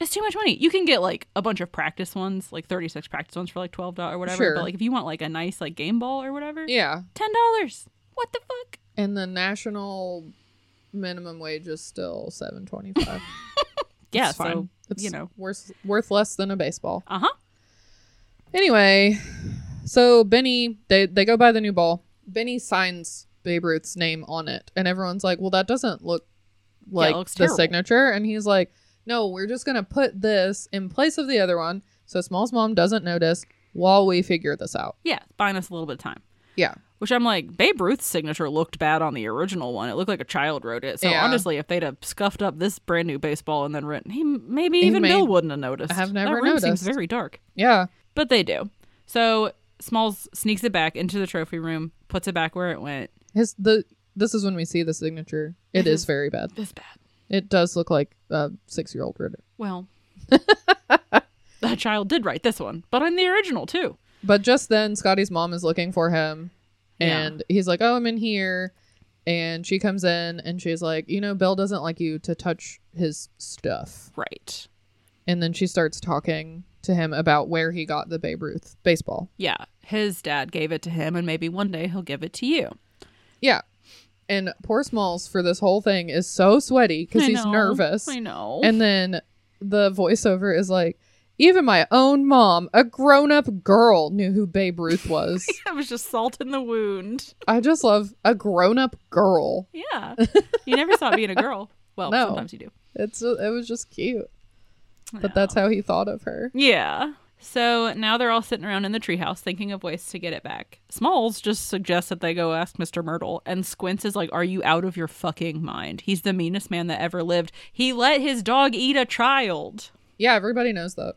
It's too much money. You can get like a bunch of practice ones, like thirty six practice ones for like twelve dollars or whatever.
Sure.
But like if you want like a nice like game ball or whatever,
yeah.
ten dollars. What the fuck?
And the national minimum wage is still
*laughs*
seven twenty-five.
Yeah,
It's fine.
so
it's
you know.
worth worth less than a baseball.
Uh huh.
Anyway, so Benny they they go buy the new ball. Benny signs Babe Ruth's name on it, and everyone's like, "Well, that doesn't look like
looks
the
terrible.
signature." And he's like, "No, we're just gonna put this in place of the other one, so Small's mom doesn't notice while we figure this out."
Yeah, it's buying us a little bit of time.
Yeah,
Which I'm like, Babe Ruth's signature looked bad on the original one. It looked like a child wrote it. So
Yeah.
honestly, if they'd have scuffed up this brand new baseball and then written, he maybe even
may-
Bill wouldn't have noticed.
I have
that
never
room seems
noticed.
very dark,
yeah.
but they do. So Smalls sneaks it back into the trophy room, puts it back where it went.
His the this is when we see the signature. It
Mm-hmm.
is very bad.
It's bad.
It does look like a six year old wrote it.
Well, *laughs* the child did write this one, but on the original too.
But just then, Scotty's mom is looking for him,
Yeah.
and he's like, "Oh, I'm in here." And she comes in, and she's like, "You know, Bill doesn't like you to touch his stuff."
Right.
And then she starts talking to him about where he got the Babe Ruth baseball.
Yeah. His dad gave it to him, and maybe one day he'll give it to you.
Yeah. And poor Smalls for this whole thing is so sweaty because
I
he's
know.
nervous.
I know.
And then the voiceover is like, even my own mom, a grown up girl, knew who Babe Ruth
*laughs*
was.
I was just salt in the wound.
I just love a grown up girl.
Yeah. You never saw being a girl. Well,
No.
sometimes you do.
It's it was just cute. But that's how he thought of her.
Yeah. So now they're all sitting around in the treehouse thinking of ways to get it back. Smalls just suggests that they go ask Mr. Myrtle, and Squints is like, Are you out of your fucking mind? He's the meanest man that ever lived. He let his dog eat a child.
Yeah, everybody knows that.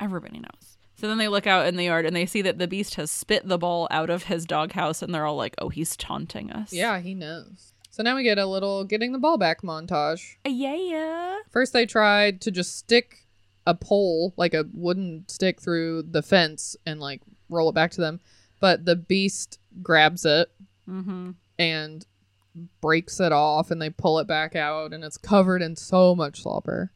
Everybody knows. So then they look out in the yard and they see that the beast has spit the ball out of his doghouse, and they're all like, Oh, he's taunting us.
Yeah, he knows. So now we get a little getting the ball back montage.
Uh, Yeah.
First they tried to just stick a pole, like a wooden stick through the fence and like roll it back to them, but the beast grabs it
Mm hmm.
and breaks it off and they pull it back out and it's covered in so much slobber.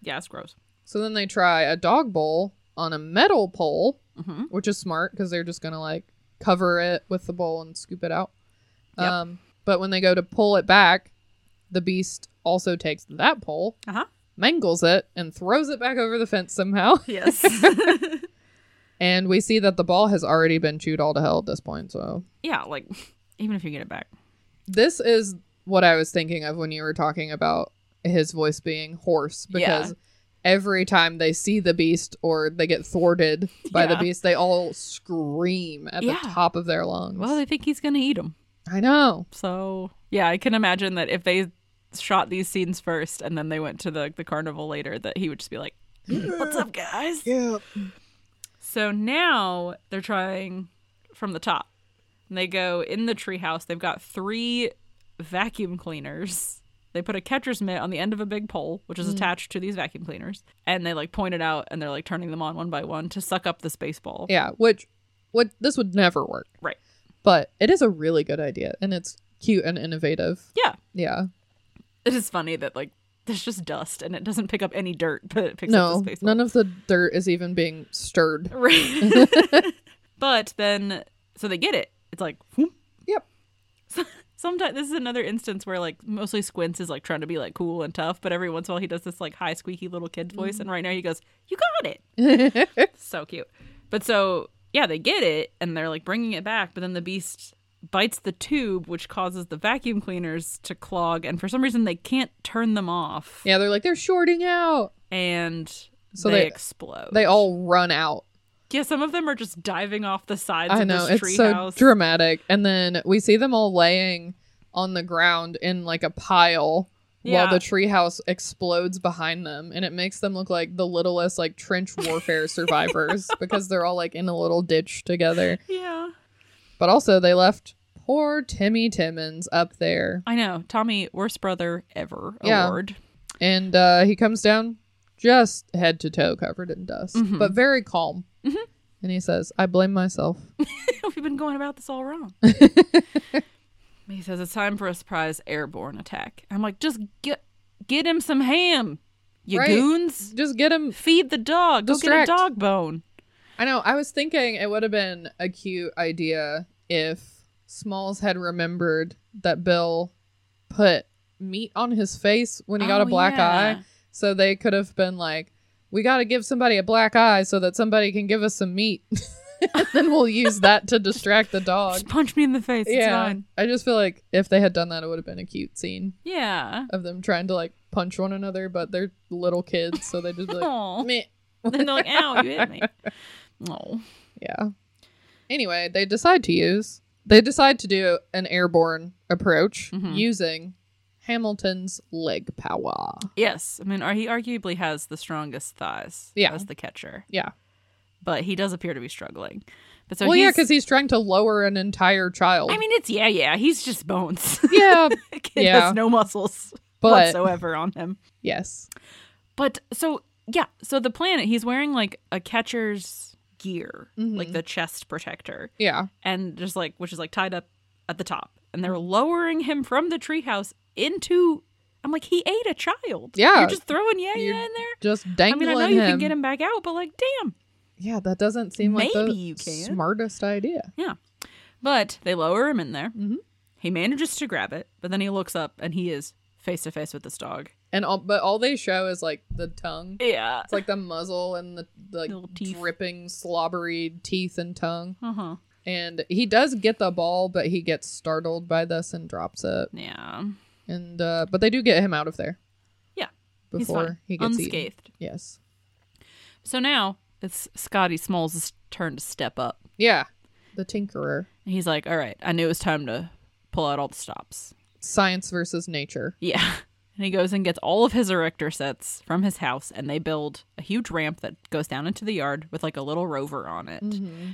Yeah, it's gross.
So then they try a dog bowl on a metal pole,
Mm-hmm.
which is smart because they're just going to like cover it with the bowl and scoop it out.
Yep.
Um, but when they go to pull it back, the beast also takes that pole,
Uh *laughs* huh.
mangles it, and throws it back over the
*laughs*
fence somehow.
Yes.
And we see that the ball has already been chewed all to hell at this point. So
yeah, like *laughs* even if you get it back.
this is what I was thinking of when you were talking about his voice being hoarse because
Yeah.
every time they see the beast or they get thwarted by the
Yeah.
beast, they all scream at
Yeah.
the top of their lungs.
Well, they think he's gonna eat him.
I know.
So yeah, I can imagine that if they shot these scenes first and then they went to the the carnival later, that he would just be like, "Mm, "What's up, guys?"
Yeah.
So now they're trying from the top. And they go in the treehouse. They've got three vacuum cleaners. They put a catcher's mitt on the end of a big pole, which
Mm.
is attached to these vacuum cleaners, and they like point it out and they're like turning them on one by one to suck up this baseball.
Yeah. Which, what this would never work,
Right.
but it is a really good idea and it's cute and innovative.
Yeah.
Yeah.
It is funny that like there's just dust and it doesn't pick up any dirt, but it picks up
No,
this baseball.
none of the dirt is even being stirred.
*laughs*
*laughs*
Right. but then, so they get it. It's like, whoop.
Yep.
So, sometimes this is another instance where like mostly Squints is like trying to be like cool and tough, but every once in a while he does this like high squeaky little kid voice,
Mm-hmm.
and right now he goes, "You got it."
*laughs*
so cute. But so yeah, they get it, and they're like bringing it back, but then the beast bites the tube which causes the vacuum cleaners to clog and for some reason they can't turn them off
Yeah. They're like, they're shorting out.
and
So
they,
they-
explode
They all run out
yeah, some of them are just diving off the sides
I
of
know
this
it's so
treehouse.
dramatic, and then we see them all laying on the ground in like a pile
Yeah.
while the treehouse explodes behind them, and it makes them look like the littlest like trench
*laughs*
warfare survivors because they're all like in a little ditch together.
yeah.
But also, they left poor Timmy Timmons up there,
I know. Tommy, worst brother ever
Yeah.
award. *laughs*
and uh, he comes down just head to toe covered in dust,
Mm-hmm.
but very calm. And he says, "I blame myself."
We've been going about this all
*laughs*
wrong. he says it's time for a surprise airborne attack. I'm like, just get get him some ham, you
Right.
goons.
Just get him
Feed the dog. Go
Distract.
get a dog bone.
I know. I was thinking it would have been a cute idea if Smalls had remembered that Bill put meat on his face when he got a
Oh,
black
yeah.
eye. So they could have been like, we got to give somebody a black eye so that somebody can give us some meat. *laughs* and then we'll use that to distract the dog.
Just punch me in the face. *laughs* It's
Yeah.
fine.
I just feel like if they had done that, it would have been a cute scene *laughs*
Yeah.
of them trying to like punch one another, but they're little kids. So they'd just be
*laughs* Aw.
like, meh.
then they're like, ow, you hit
*laughs*
me. Oh.
Yeah. Anyway, they decide to use they decide to do an airborne approach
Mm-hmm.
using Hamilton's leg power.
Yes. I mean, ar- he arguably has the strongest thighs
Yeah.
as the catcher,
Yeah.
but he does appear to be struggling. But so
well, yeah,
he's,
because he's trying to lower an entire child.
I mean, it's yeah, yeah. He's just bones. *laughs*
yeah.
The Kid
*laughs* Yeah.
has no muscles
*laughs* But-
whatsoever on him.
yes.
But so yeah, so the planet he's wearing like a catcher's gear,
Mm-hmm.
like the chest protector,
Yeah.
and just like which is like tied up at the top, and they're lowering him from the treehouse into. I'm like, he ate a child.
Yeah.
you're just throwing yeah,
You're
yeah in there.
Just
I mean,
dangling
I know you
him.
can get him back out, but like, damn.
Yeah, that doesn't seem like the
Maybe you can.
smartest idea.
Yeah. But they lower him in there. Mm-hmm. He manages to grab it, but then he looks up and he is face to face with this dog.
And all, but all they show is like the tongue.
Yeah.
It's like the muzzle and the, the like
Little teeth.
dripping, slobbery teeth and tongue.
Uh huh.
And he does get the ball, but he gets startled by this and drops it.
Yeah.
And uh but they do get him out of there
Yeah. He's fine.
before he gets eaten.
unscathed.
Yes.
So now it's Scotty Smalls' turn to step up.
Yeah. The tinkerer.
And he's like, all right, I knew it was time to pull out all the stops.
Science versus nature.
Yeah. *laughs* And he goes and gets all of his erector sets from his house, and they build a huge ramp that goes down into the yard with like a little rover on it,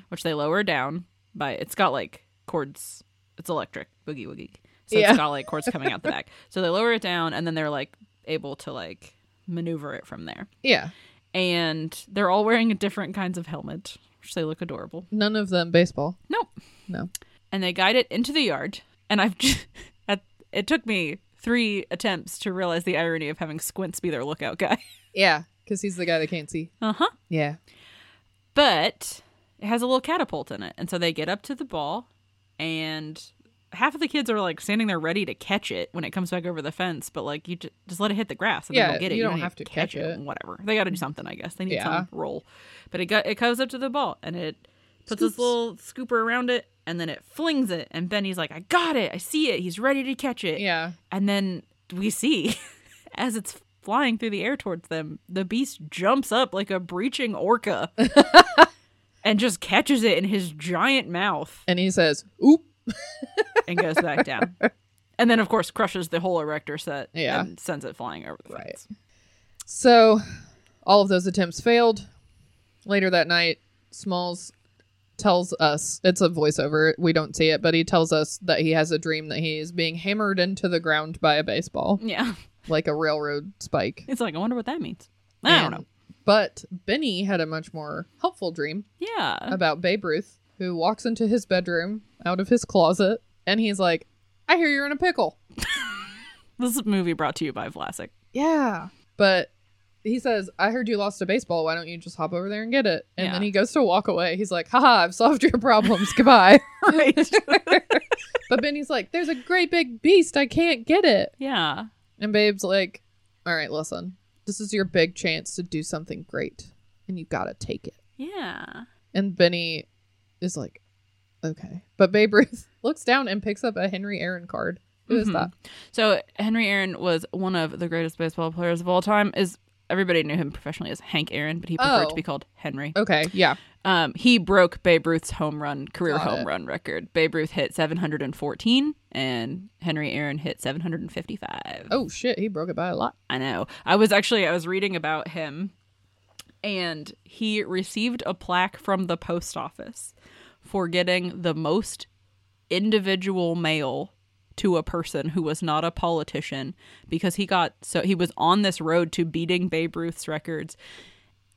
which they lower down by. It's got like cords. It's electric boogie woogie, so
Yeah.
it's got like cords coming out the back. So they lower it down, and then they're like able to like maneuver it from there.
Yeah.
And they're all wearing different kinds of helmet, which they look adorable.
None of them baseball.
Nope.
No.
and they guide it into the yard. And I've just, *laughs* at it took me three attempts to realize the irony of having Squints be their lookout guy.
Yeah, because he's the guy that can't see.
Uh huh.
Yeah.
But it has a little catapult in it. And so they get up to the ball, and half of the kids are like standing there ready to catch it when it comes back over the fence. But like, you just, just let it hit the grass and
Yeah,
they don't get it.
you don't have
even
to catch it.
Whatever. They got to do something, I guess. They need
Yeah.
some roll. But it, got, it comes up to the ball, and it puts this little scooper around it, and then it flings it. And Benny's like, I got it. I see it. He's ready to catch it.
Yeah.
And then we see *laughs* as it's flying through the air towards them, the beast jumps up like a breaching orca and just catches it in his giant mouth
And he says, oop.
and goes back down. And then, of course, crushes the whole erector set
Yeah.
and sends it flying over the fence.
So all of those attempts failed. Later that night, Smalls tells us it's a voiceover. We don't see it, but he tells us that he has a dream that he is being hammered into the ground by a baseball,
Yeah. *laughs*
like a railroad spike.
It's like, I wonder what that means. I don't know.
And- But Benny had a much more helpful dream
Yeah.
about Babe Ruth, who walks into his bedroom out of his closet, and he's like, I hear you're in a pickle.
This is a movie brought to you by Vlasic.
Yeah. But he says, I heard you lost a baseball. Why don't you just hop over there and get it? And
Yeah.
then he goes to walk away. He's like, haha, I've solved your problems. *laughs* Goodbye.
Right.
but Benny's like, there's a great big beast. I can't get it.
*laughs* yeah.
And Babe's like, all right, listen, this is your big chance to do something great, and you got to take it.
Yeah.
And Benny is like, okay. But Babe Ruth *laughs* looks down and picks up a Henry Aaron card. Who is
Mhm.
that?
So Henry Aaron was one of the greatest baseball players of all time. Is everybody knew him professionally as Hank Aaron, but he preferred
Oh.
to be called Henry.
Okay, yeah.
Um, he broke Babe Ruth's home run career
Got
home
it.
run record. Babe Ruth hit 714, and Henry Aaron hit 755.
Oh shit, he broke it by a lot.
I know. I was actually I was reading about him and he received a plaque from the post office for getting the most individual mail to a person who was not a politician because he got so he was on this road to beating Babe Ruth's records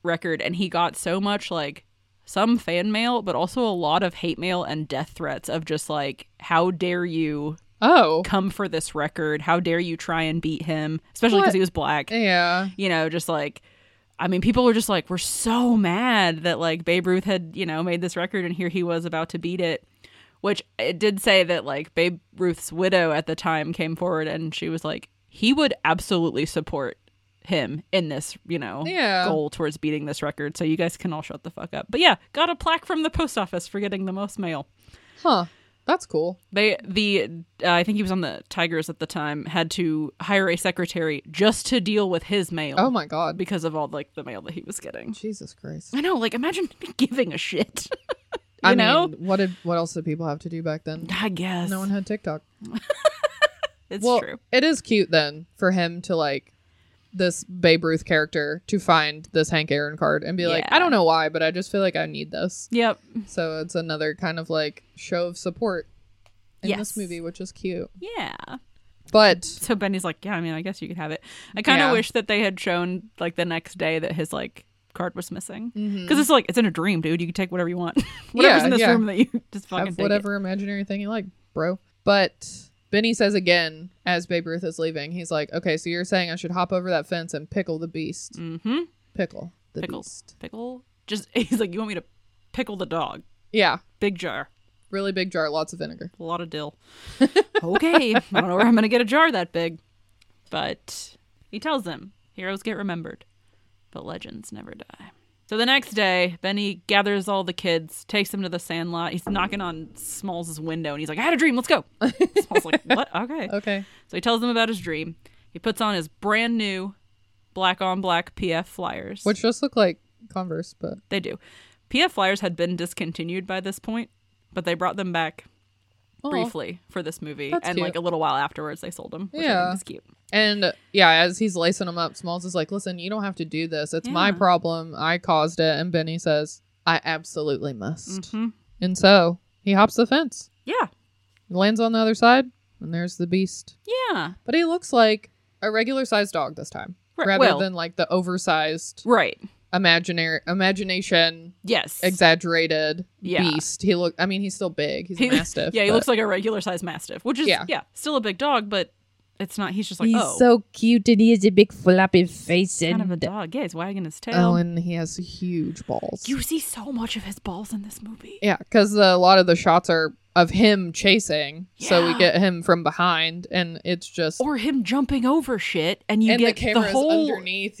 record and he got so much like some fan mail but also a lot of hate mail and death threats of just like how dare you
Oh,
come for this record. How dare you try and beat him? Especially because
What?
he was black.
yeah.
You know, just like, I mean, people were just like, we're so mad that like Babe Ruth had, you know, made this record and here he was about to beat it. Which it did say that like Babe Ruth's widow at the time came forward and she was like, he would absolutely support him in this, you know,
Yeah.
goal towards beating this record. So you guys can all shut the fuck up. But yeah, got a plaque from the post office for getting the most mail.
Huh. That's cool.
They the uh, I think he was on the Tigers at the time had to hire a secretary just to deal with his mail
Oh my god.
because of all like the mail that he was getting.
Jesus Christ.
I know, like imagine *laughs* giving a shit. *laughs* you
I
know,
mean, what did what else did people have to do back then?
I guess
No one had TikTok.
it's
well,
true.
it is cute then for him to like this Babe Ruth character to find this Hank Aaron card and be like,
Yeah.
I don't know why, but I just feel like I
*laughs*
need this.
Yep.
So it's another kind of like show of support in
Yes.
this movie, which is cute.
Yeah.
But
So Benny's like, yeah, I mean, I guess you could have it. I kind of
Yeah.
wish that they had shown like the next day that his like card was missing because it's like it's in a dream, dude. You can take whatever you want, *laughs* whatever's
Mm-hmm. Yeah,
in this
yeah.
room that you *laughs* just fucking
have
take it.
whatever imaginary thing you like, bro. But Benny says again as Babe Ruth is leaving, he's like, Okay, so you're saying I should hop over that fence and pickle the beast.
Mhm.
Pickle the
Pickle.
beast.
Pickle. Just *laughs* he's like, you want me to pickle the dog?
Yeah.
Big jar.
Really big jar, lots of vinegar.
a lot of dill. okay, I don't know where I'm gonna get a jar that big, but he tells them heroes get remembered, but legends never die. So the next day, Benny gathers all the kids, takes them to the sandlot. He's knocking on Smalls' window, and he's like, "I had a dream. Let's go." Smalls like, "What? Okay."
Okay.
So he tells them about his dream. He puts on his brand new black on black PF flyers,
Which just look like Converse, but
they do. PF flyers had been discontinued by this point, but they brought them back
Aw.
briefly for this movie,
That's
and like a
cute.
little while afterwards, they sold them. Which yeah,
Yeah.
it's cute.
And yeah, as he's lacing them up, Smalls is like, "Listen, you don't have to do this. It's my
Yeah.
problem. I caused it." And Benny says, "I absolutely must."
Mm-hmm.
And so he hops the fence,
Yeah,
lands on the other side, and there's the beast.
yeah,
But he looks like a regular sized dog this time,
Right,
rather
well-
than like the oversized
right.
imaginary imagination
Yes.
exaggerated
Yeah.
beast. He look I mean he's still big. He's
He-
a mastiff.
*laughs* *laughs* yeah, he
but
looks like a regular sized mastiff, which is yeah.
Yeah.
still a big dog, but it's not. He's just like
He's
oh,
so cute and he has a big flappy face
kind of a
and
dog. Yeah, he's wagging his tail.
Oh, and he has huge balls.
you see so much of his balls in this movie.
Yeah, because a lot of the shots are of him chasing, so we
Yeah.
get him from behind, and it's just
Or him jumping over shit, and you
and the
get
camera's
whole.
underneath.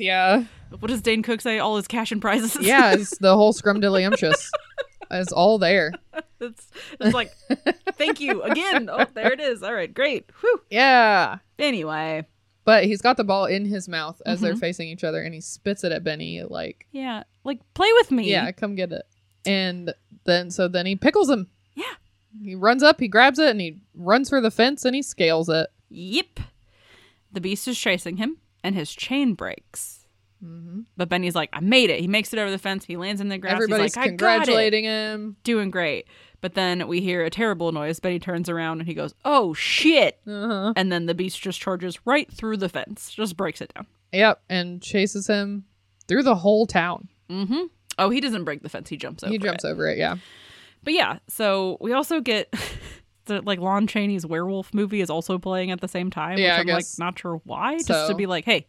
*laughs*
Yeah,
What does Dane Cook say? All his cash and prizes.
yeah, it's the whole scrumdiddlyumptious. it's all there.
*laughs* it's, it's like, thank you again. Oh, there it is. All right, great. Whew.
Yeah,
Anyway,
but he's got the ball in his mouth as
Mm-hmm.
they're facing each other, and he spits it at Benny like,
yeah, like play with me.
"Yeah, come get it." And then so then he pickles him.
Yeah.
He runs up, he grabs it, and he runs for the fence, and he scales it.
Yep. The beast is chasing him, and his chain breaks.
Mm-hmm.
But Benny's like, I made it. He makes it over the fence. He lands in the grass.
Everybody's
He's like, I got it.
congratulating him.
Doing great. But then we hear a terrible noise. Benny turns around and he goes, Oh shit.
Uh-huh.
And then the beast just charges right through the fence, just breaks it down.
Yep, and chases him through the whole town.
Mm-hmm. Oh, he doesn't break the fence. He jumps over.
he jumps
it.
over it, yeah.
But yeah, so we also get *laughs* the like Lon Chaney's werewolf movie is also playing at the same time.
Yeah, I
which I'm
guess.
like not sure why. Just to
So-
be like, hey,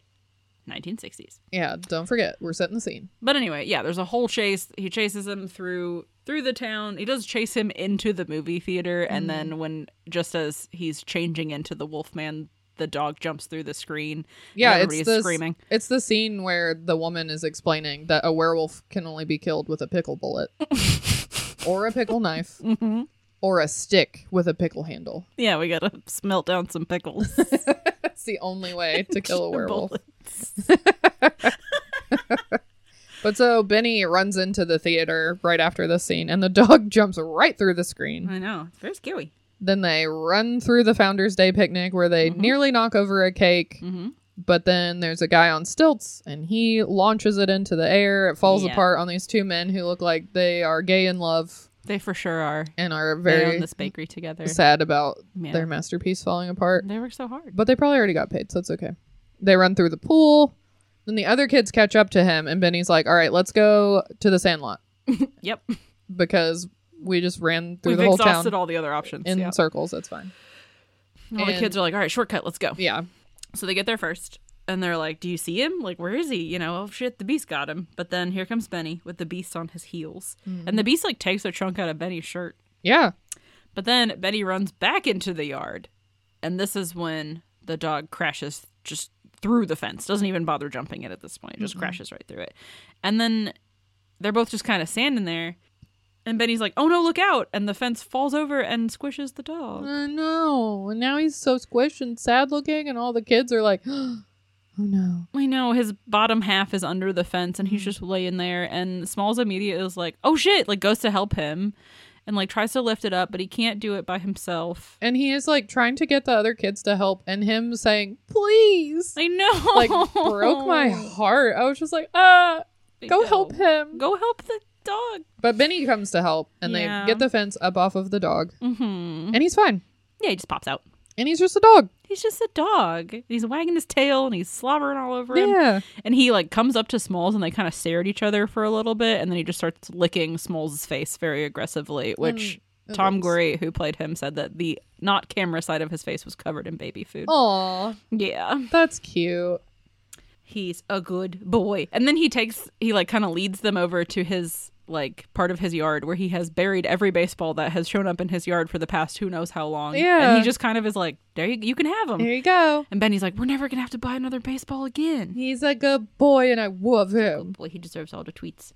1960s.
Yeah, don't forget, we're setting the scene.
But anyway, yeah, there's a whole chase. He chases him through through the town. He does chase him into the movie theater, and
Mm-hmm.
then when just as he's changing into the Wolfman, the dog jumps through the screen. and
Yeah, it's
everybody's
the
screaming.
It's the scene where the woman is explaining that a werewolf can only be killed with a pickle *laughs* bullet, or a pickle knife, or a stick with a pickle handle.
Yeah, we gotta *laughs* smelt down some
*laughs*
pickles.
That's the only way *laughs*
*laughs*
to kill a werewolf. But so Benny runs into the theater right after this scene, and the dog *laughs* jumps right through the screen.
I know. It's very scary.
Then they run through the Founders Day picnic where they
Mm-hmm.
nearly knock over a cake. But then there's a guy on stilts and he launches it into the air. It falls
Yeah.
apart on these two men who look like they are gay in love
They for sure are.
and are
they own
very
this bakery together.
sad about
Yeah.
their masterpiece falling apart.
They work so hard.
But they probably already got paid, so it's okay. They run through the pool. Then the other kids catch up to him, and Benny's like, All right, let's go to the sandlot
Yep.
because we just ran
*laughs*
through
We've
the whole
exhausted
town
all the other options.
in
yeah.
circles. That's fine.
all the
and-
kids are like, all right, shortcut, let's go.
Yeah.
So they get there first, and they're like, "Do you see him? Like, where is he? You know, oh shit, the beast got him." But then here comes Benny with the beast on his heels,
Hmm.
and the beast like takes a chunk out of Benny's shirt.
Yeah.
But then Benny runs back into the yard, and this is when the dog crashes just through the fence. Doesn't even bother jumping it at this point; just crashes right through it. And then they're both just kind of standing there, and Benny's like, "Oh no, look out!" And the fence falls over and squishes the dog.
I know. And now he's so squished and sad looking, and all the kids are like, *gasps* oh no.
I know his bottom half is under the fence and
Mm.
he's just laying there and Smalls immediately is like, "Oh shit," like goes to help him and like tries to lift it up, but he can't do it by himself.
And he is like trying to get the other kids to help, and him saying, please,
I know.
like broke my
*laughs*
heart. I was just like, ah,
I
go
know.
help him.
Oh. Go help the dog.
But Benny comes to help, and
Yeah.
they get the fence up off of the dog,
Mhm.
and he's fine.
Yeah, he just pops out.
And he's just a dog.
He's just a dog. He's wagging his tail and he's slobbering all over him.
Yeah.
And he like comes up to Smalls and they kind of stare at each other for a little bit and then he just starts licking Smalls' face very aggressively, which
Mm, it
Tom
looks-
Gray, who played him, said that the not camera side of his face was covered in baby food.
Aw,
Yeah.
that's cute.
He's a good boy. And then he takes he like kind of leads them over to his like part of his yard where he has buried every baseball that has shown up in his yard for the past who knows how long. And
Yeah.
he just kind of is like, "There you, you can have them."
Here you go.
And Benny's like, "We're never going to have to buy another baseball again."
He's a good boy, and I love him.
Boy, he deserves all the tweets.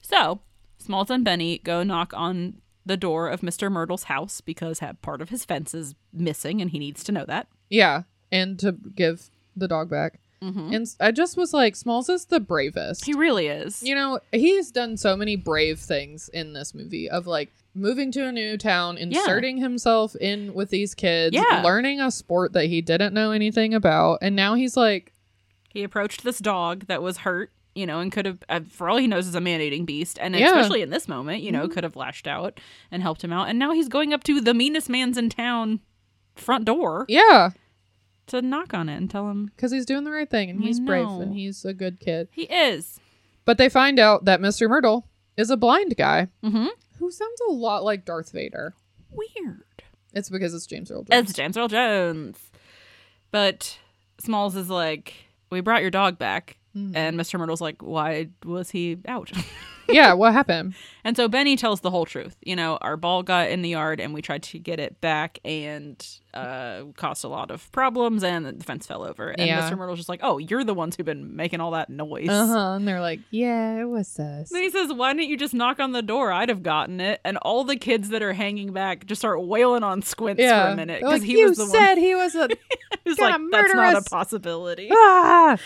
So, Smalls and Benny go knock on the door of Mr. Myrtle's house because ha- part of his fence is missing and he needs to know that.
Yeah, and to give the dog back. And s- I just was like, Smalls is the bravest.
Mm-hmm. He really is.
you know, he's done so many brave things in this movie of like moving to a new town, inserting himself in with these kids,
Yeah.
learning a sport that he didn't know anything about, and now he's like,
He approached this dog that was hurt, you know, and could have, uh, for all he knows, is a man eating beast. And
Yeah. Mm-hmm.
especially in this moment, you know, could have lashed out and helped him out. And now he's going up to the meanest man's in town front door
yeah,
to knock on it and tell him
because he's doing the right thing and
I
he's brave
know.
and he's a good kid.
he is.
But they find out that Mr. Myrtle is a blind guy
Mm-hmm.
who sounds a lot like Darth Vader.
Weird.
It's because it's James Earl Jones.
It's James Earl Jones. But Smalls is like, we brought your dog back.
Mhm.
And Mr. Myrtle's like, why was he out? *laughs*
yeah, what happened?
and so Benny tells the whole truth. You know, our ball got in the yard and we tried to get it back and uh, caused a lot of problems and the fence fell over. And
Yeah.
Mr. Myrtle's just like, oh, you're the ones who've been making all that noise.
Uh huh. And they're like, yeah, it was us.
And he says, Why didn't you just knock on the door? I'd have gotten it. And all the kids that are hanging back just start wailing on Squints
yeah.
for a minute
They're
because
like,
he
you
was the one
said
*laughs*
he was a.
who's
gonna
like, That's
murder
not
us."
a possibility. *laughs*
ah!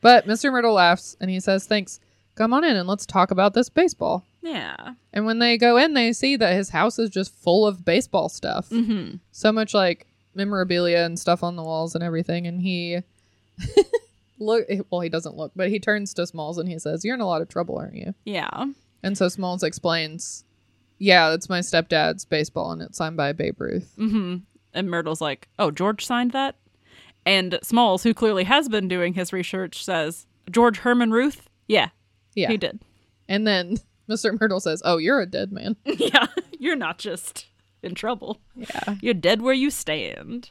but Mr. Myrtle laughs and he says, thanks. Come on in and let's talk about this baseball.
Yeah.
And when they go in, they see that his house is just full of baseball stuff.
Mm-hmm.
So much like memorabilia and stuff on the walls and everything. And he *laughs* look well, he doesn't look, but he turns to Smalls and he says, "You're in a lot of trouble, aren't you?"
Yeah.
And so Smalls explains, "Yeah, that's my stepdad's baseball, and it's signed by Babe Ruth."
Mm-hmm. And Myrtle's like, oh, George signed that? And Smalls, who clearly has been doing his research, says, George Herman Ruth? Yeah,
Yeah.
he did.
And then *laughs* Mr. Myrtle says, "Oh, you're a dead man." *laughs*
*laughs* yeah. You're not just in trouble.
Yeah.
You're dead where you stand.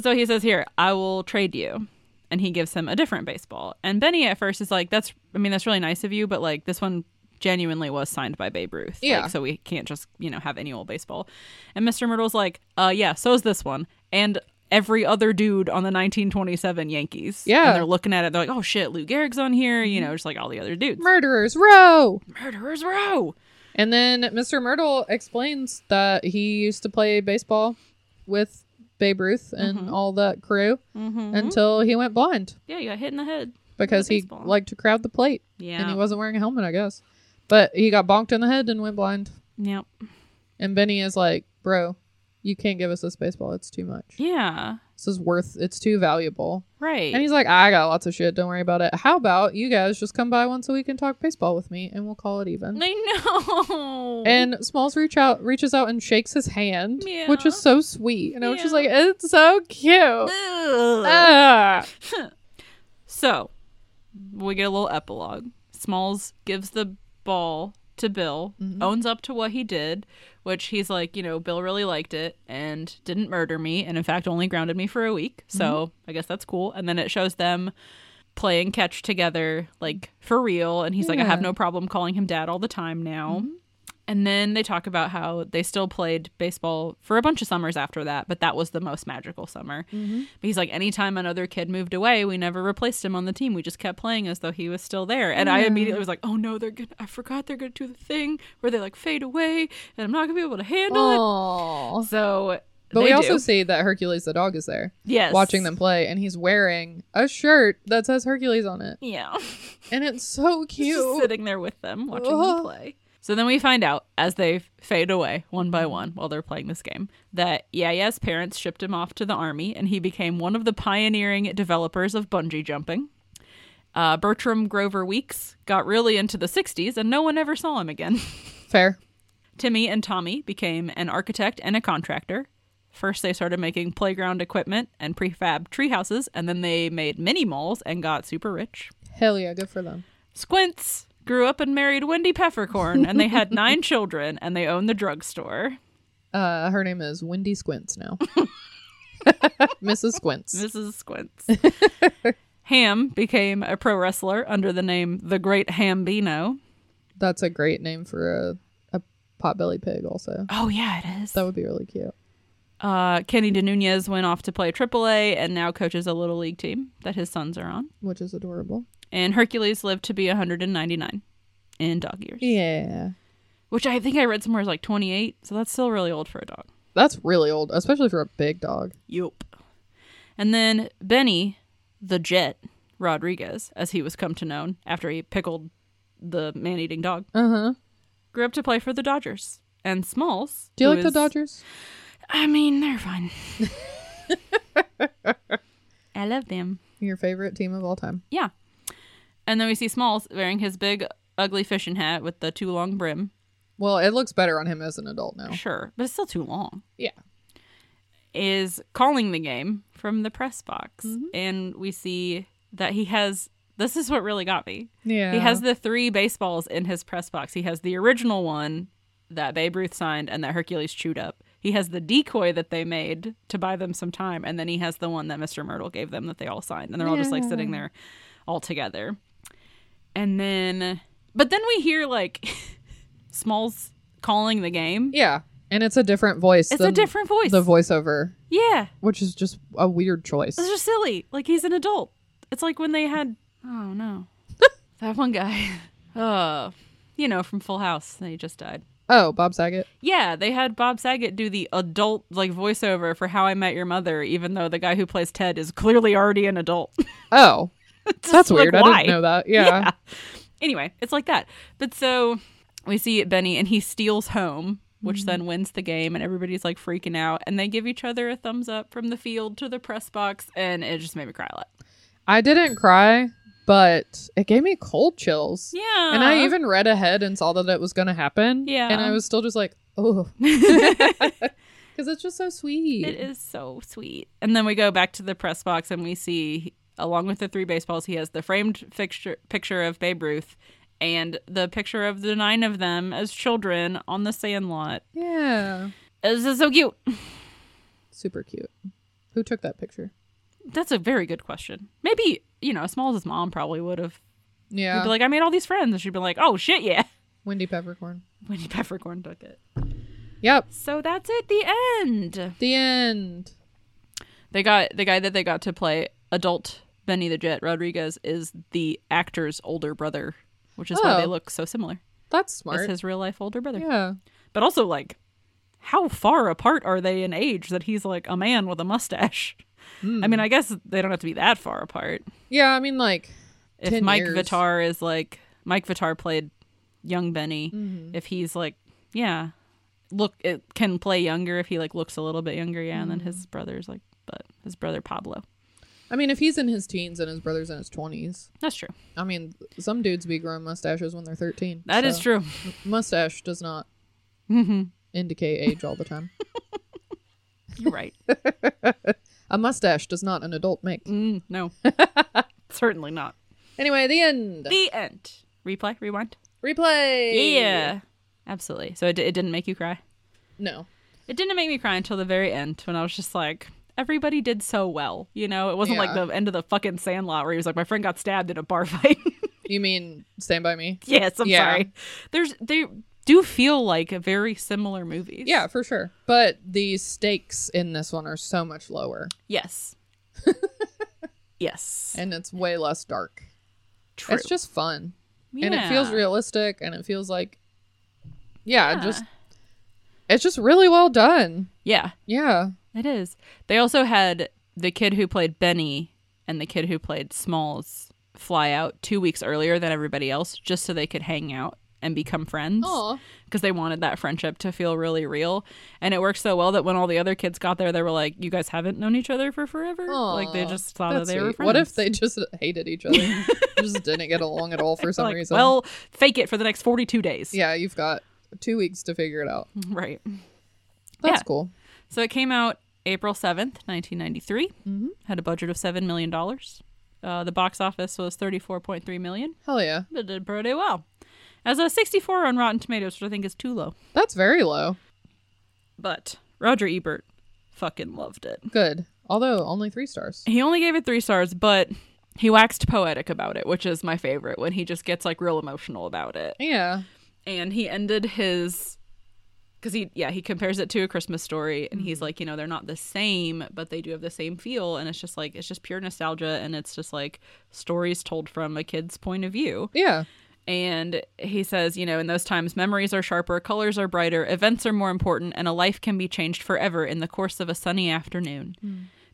So he says, Here, I will trade you. And he gives him a different baseball. And Benny at first is like, That's, I mean, that's really nice of you, but like this one genuinely was signed by Babe Ruth. Like,
Yeah.
so we can't just, you know, have any old baseball. And Mr. Myrtle's like, Uh, yeah, so is this one. And every other dude on the 1927 Yankees.
Yeah. Mm-hmm.
And they're looking at it. They're like, Oh shit, Lou Gehrig's on here. You know, just like all the other dudes.
Murderers row.
Murderers Row.
And then Mr. Myrtle explains that he used to play baseball with Babe Ruth and all that crew
Mm-hmm.
until he went blind
yeah, you got hit in the head.
because he
baseball.
liked to crowd the plate.
Yeah.
And he wasn't wearing a helmet, I guess. But he got bonked in the head and went blind.
Yep.
And Benny is like, Bro, you can't give us this baseball. It's too much.
Yeah.
This is worth it's too valuable.
Right.
And he's like, I got lots of shit, don't worry about it. How about you guys just come by once a week and talk baseball with me and we'll call it even.
*laughs* I know.
And Smalls reach out reaches out and shakes his hand,
Yeah.
which is so sweet. And I was just
Yeah.
like, It's so cute.
Ugh.
Ah.
so we get a little epilogue. Smalls gives the ball to Bill, owns up to what he did, which he's like, you know, Bill really liked it and didn't murder me, and in fact only grounded me for a week. So I guess that's cool. And then it shows them playing catch together, like for real. And he's like, I have no problem calling him dad all the time now.
Mm-hmm.
And then they talk about how they still played baseball for a bunch of summers after that, but that was the most magical summer.
Mm-hmm.
But he's like, anytime another kid moved away, we never replaced him on the team. We just kept playing as though he was still there. And I immediately was like, oh no, they're gonna, I forgot they're gonna do the thing where they like fade away and I'm not gonna be able to handle
Aw.
it. So,
But
they
we also
do.
see that Hercules the dog is there.
yes.
watching them play and he's wearing a shirt that says Hercules on it.
Yeah.
And it's so
He's just
cute.
sitting there with them watching
Ugh.
them play. So then we find out as they f- fade away one by
Mm-hmm.
one while they're playing this game that Yaya's parents shipped him off to the army and he became one of the pioneering developers of bungee jumping. Uh, Bertram Grover Weeks got really into the 60s and no one ever saw him again. *laughs*
Fair.
Timmy and Tommy became an architect and a contractor. First, they started making playground equipment and prefab tree houses, and then they made mini malls and got super rich.
Hell yeah, good for them.
Squints grew up and married Wendy Peppercorn, and they had nine children, and they owned the drugstore.
Uh, her name is Wendy
*laughs*
Squints now. *laughs* Mrs. Squints.
Mrs. Squints. Ham became a pro wrestler under the name The Great Hambino.
That's a great name for a, a potbelly pig, also.
Oh, yeah, it is.
That would be really cute.
Uh, Kenny DeNunez went off to play AAA and now coaches a little league team that his sons are on.
Which is adorable.
And Hercules lived to be 199 in dog years,
Yeah.
which I think I read somewhere is like 28, so that's still really old for a dog.
That's really old, especially for a big dog.
Yup. And then Benny, the Jet Rodriguez, as he was come to known after he pickled the man eating dog,
Uh huh.
grew up to play for the Dodgers. And Smalls.
Do you
who
like the
is-
Dodgers?
I mean, they're
*laughs*
fun. I love them.
Your favorite team of all time.
Yeah. And then we see Smalls wearing his big, ugly fishing hat with the too long brim.
Well, it looks better on him as an adult now.
Sure, but it's still too long.
Yeah. Mm-hmm.
is calling the game from the press box. And we see that he has This is what really got me.
Yeah.
He has the three baseballs in his press box. He has the original one that Babe Ruth signed and that Hercules chewed up. He has the decoy that they made to buy them some time, and then he has the one that Mr. Myrtle gave them that they all signed, and they're all just like sitting there all together. And then, but then we hear like *laughs* Smalls calling the game.
Yeah. And it's a different voice.
It's a
than
different voice.
The voiceover,
Yeah,
which is just a weird choice.
it's just silly. Like he's an adult. It's like when they had oh *laughs* no, that one guy, *laughs* uh, you know from Full House. They just died.
Oh, Bob Saget.
Yeah, they had Bob Saget do the adult like voiceover for How I Met Your Mother, even though the guy who plays Ted is clearly already an adult. *laughs*
Oh,
Just,
that's
like,
weird. I
why?
didn't
*laughs*
know that. Yeah.
Anyway, it's like that. But so we see Benny and he steals home, which then wins the game, and everybody's like freaking out, and they give each other a thumbs up from the field to the press box, and it just made me cry a lot.
I didn't cry, but it gave me cold chills.
Yeah,
And I even read ahead and saw that it was going to happen.
Yeah.
And I was still just like,
*laughs*
*laughs* oh,
it
because it's just so sweet.
is so sweet. And then we go back to the press box and we see, along with the three baseballs, he has the framed fixture, picture of Babe Ruth and the picture of the nine of them as children on the sandlot.
Yeah.
This is so cute.
Super cute. Who took that picture?
That's a very good question. Maybe, you know, Smalls' mom probably would have.
Yeah.
He'd be like, I made all these friends. And she'd be like, oh, shit, yeah. *laughs*
Wendy Peppercorn.
Winnie Peppercorn took it.
Yep.
So that's it, the end.
The end.
They got the guy that they got to play adult Benny the Jet Rodriguez is the actor's older brother, which is why they
Oh.
look so similar.
That's
It's
smart.
his real life older brother.
yeah.
But also like how far apart are they in age that he's like a man with a mustache? I
Hmm.
mean, I guess they don't have to be that far apart.
Yeah. I mean, like,
If
10
Mike
years.
Vitar is like Mike Vitar played young Benny,
Mm-hmm.
if he's like yeah, look it can play younger if he like looks a little bit younger, yeah,
Mm-hmm.
and then his brother's like but his brother Pablo.
I mean, if he's in his teens and his brother's in his 20s,
That's true.
I mean, some dudes be growing mustaches when they're 13.
That is
so
true.
Mustache does not indicate age all the time.
*laughs* You're
*laughs*
right.
A mustache does not an adult make.
Mm, no, *laughs* certainly not.
Anyway, the end.
The end. Replay, rewind.
Replay.
Yeah, absolutely. So it, it didn't make you cry.
No.
It didn't make me cry until the very end when I was just like, everybody did so well. You know, it wasn't
Yeah.
like the end of the fucking Sandlot where he was like, my friend got stabbed in a bar *laughs* fight.
You mean Stand By Me?
yes, I'm
Yeah.
sorry. There's they do feel like very similar movies.
Yeah, for sure. But the stakes in this one are so much lower *laughs*
Yes. yes.
and it's way less dark.
True.
It's just fun. And it feels
Yeah.
realistic and it feels like yeah, just it's just really well done.
Yeah.
Yeah.
It is. They also had the kid who played Benny and the kid who played Smalls fly out two weeks earlier than everybody else just so they could hang out and become friends
Aw.
because they wanted that friendship to feel really real and it worked so well that when all the other kids got there they were like you guys haven't known each other for forever
Aw,
like they just thought that
that's
they were
sweet.
friends
What if they just hated each
*laughs*
other? just didn't get along at all for some
like,
reason.
well fake it for the next 42 days
yeah, you've got two weeks to figure it out.
*laughs* right
That's
Hmm. Yeah.
cool.
So it came out April 7th, 1993. Mm-hmm. Had a budget of $7 million. Uh, the box office was $34.3 million.
Hell yeah.
It did pretty well. As a 64 on Rotten Tomatoes, which I think is too low.
That's very low.
But Roger Ebert fucking loved it.
Good. Although only three stars.
He only gave it three stars, but he waxed poetic about it, which is my favorite when he just gets like real emotional about it.
Yeah.
and he ended his because he yeah he compares it to a christmas story and he's like you know they're not the same but they do have the same feel and it's just like it's just pure nostalgia and it's just like stories told from a kid's point of view
Yeah.
and he says you know in those times memories are sharper colors are brighter events are more important and a life can be changed forever in the course of a sunny afternoon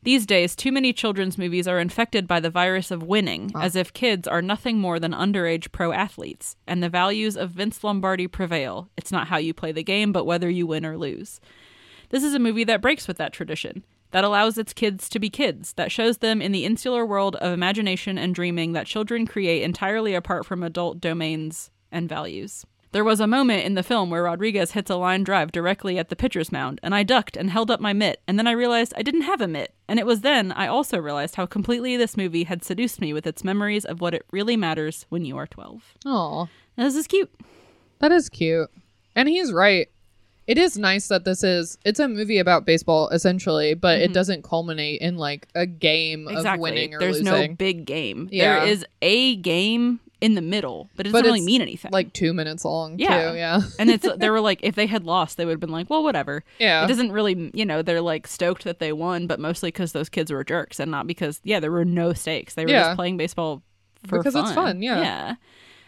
these days too many children's movies are infected by the virus of winning as if kids are nothing more than underage pro athletes and the values of vince lombardi prevail it's not how you play the game but whether you win or lose this is a movie that breaks with that tradition, that allows its kids to be kids, that shows them in the insular world of imagination and dreaming that children create entirely apart from adult domains and values. There was a moment in the film where Rodriguez hits a line drive directly at the pitcher's mound, and I ducked and held up my mitt, and then I realized I didn't have a mitt. And it was then I also realized how completely this movie had seduced me with its memories of what it really matters when you are 12.
Oh,
This is cute.
that is cute. And he's right. It is nice that this is it's a movie about baseball essentially, but
Mm-hmm.
it doesn't culminate in like a game of winning or
There's
losing.
no big game.
Yeah.
There is a game in the middle, but it
But
doesn't really
it's
mean anything.
like two minutes long
Yeah.
too. Yeah. *laughs*
and it's they were like if they had lost they would have been like well whatever
Yeah.
it doesn't really you know they're like stoked that they won but mostly because those kids were jerks and not because yeah there were no stakes they were
Yeah.
just playing baseball for
Because
fun.
it's fun, yeah.
yeah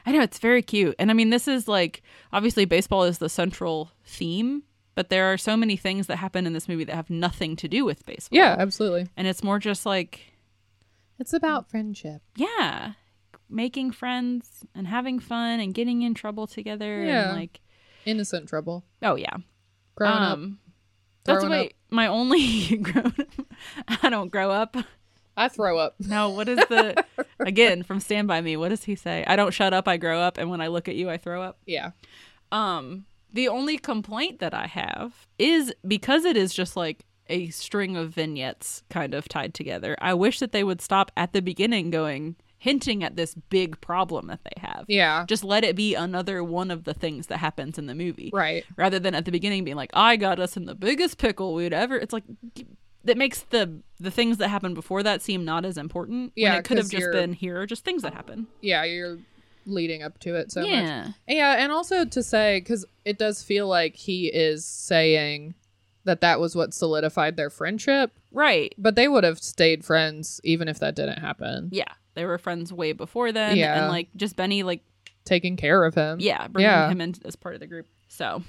i know it's very cute and i mean this is like obviously baseball is the central theme but there are so many things that happen in this movie that have nothing to do with baseball
Yeah, absolutely.
and it's more just like
It's about friendship.
yeah making friends and having fun and getting in trouble together
Yeah.
and like
Innocent trouble.
oh yeah
Growing up.
Um, That's
Throwing
my
up.
my only *laughs* grown. I don't grow up.
I throw up. *laughs*
No, what is the again from Stand by Me? What does he say? I don't shut up. I grow up, and when I look at you, I throw up.
Yeah.
Um, the only complaint that I have is because it is just like a string of vignettes kind of tied together. I wish that they would stop at the beginning, going hinting at this big problem that they have.
Yeah.
Just let it be another one of the things that happens in the movie
Right.
rather than at the beginning being like i got us in the biggest pickle we'd ever it's like that makes the the things that happened before that seem not as important when
Yeah,
it could have
'cause
just
you're-
been here are just things that happen
Yeah, you're leading up to it so much.
yeah
Yeah, and also to say because it does feel like he is saying that that was what solidified their friendship,
right
but they would have stayed friends even if that didn't happen.
yeah they were friends way before then
Yeah.
and like just benny like
Taking care of him.
yeah bringing
Yeah.
him in as part of the group so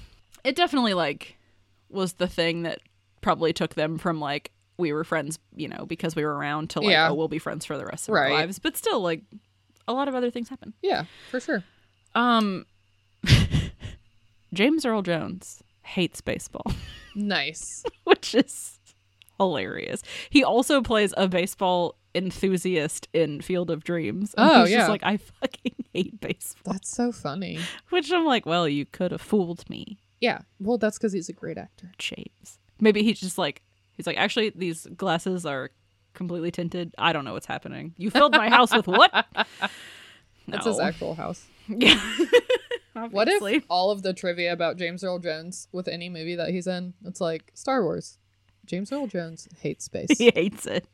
it definitely like was the thing that probably took them from like we were friends you know because we were around to like
Yeah.
oh we'll be friends for the rest of
Right.
our lives but still like a lot of other things happen
Yeah, for sure.
Um, *laughs* James Earl Jones hates baseball, *laughs*
Nice.
which is hilarious. He also plays a baseball enthusiast in Field of Dreams. and
Oh,
he's
yeah.
just like I fucking *laughs* hate baseball,
That's so funny.
which I'm like, well, you could have fooled me,
Yeah. Well, that's because he's a great actor.
James. Maybe he's just like he's like actually these glasses are completely tinted. I don't know what's happening. You filled my house with
*laughs*
what?
That's
no.
his actual house.
Yeah.
What
Obviously. *laughs*
if all of the trivia about James Earl Jones with any movie that he's in, it's like Star Wars. James Earl Jones hates space.
*laughs* He hates
*laughs*
it.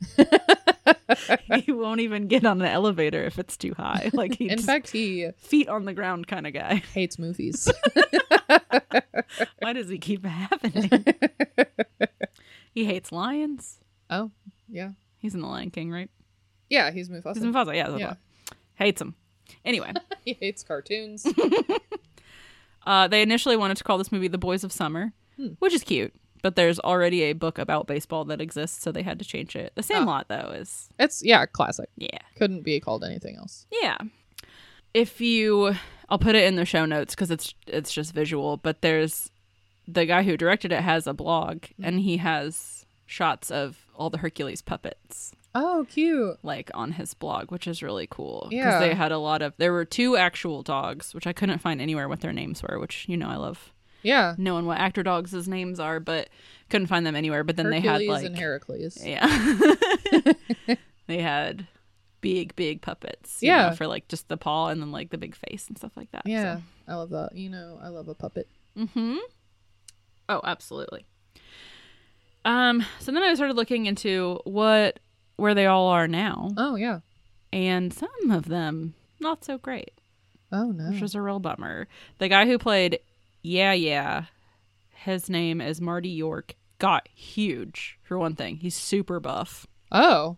he won't even get on an elevator if it's too high. Like he's
In fact, he
feet on the ground kind of guy.
hates
*laughs*
movies.
Why does he keep happening? he hates lions.
oh, yeah.
He's in the Lion King, right?
Yeah, he's Mufasa.
He's in Mufasa. Yeah, that's
Yeah.
what. hates him. Anyway,
*laughs* he hates
*laughs*
cartoons.
uh, they initially wanted to call this movie "The Boys of Summer," which is cute. But there's already a book about baseball that exists, so they had to change it. The same lot, though, is
it's yeah, classic.
yeah.
Couldn't be called anything else.
Yeah. If you I'll put it in the show notes cuz it's it's just visual, but there's the guy who directed it has a blog and he has shots of all the Hercules puppets
Oh, cute.
like on his blog, which is really cool
Yeah.
they had a lot of there were two actual dogs, which I couldn't find anywhere what their names were, which you know I love
Yeah.
knowing what actor dogs' names are, but couldn't find them anywhere, but then
Hercules
they had like
and Heracles.
*laughs* yeah. they had big, big puppets. you
Yeah.
know, for like just the paw and then like the big face and stuff like that.
Yeah. I love that. You know, I love a puppet.
Mm-hmm. Oh, absolutely. Um, so then I started looking into what where they all are now.
Oh yeah.
And some of them not so great.
Oh no.
Which was a real bummer. The guy who played Yeah Yeah, his name is Marty York, got huge for one thing. He's super buff.
Oh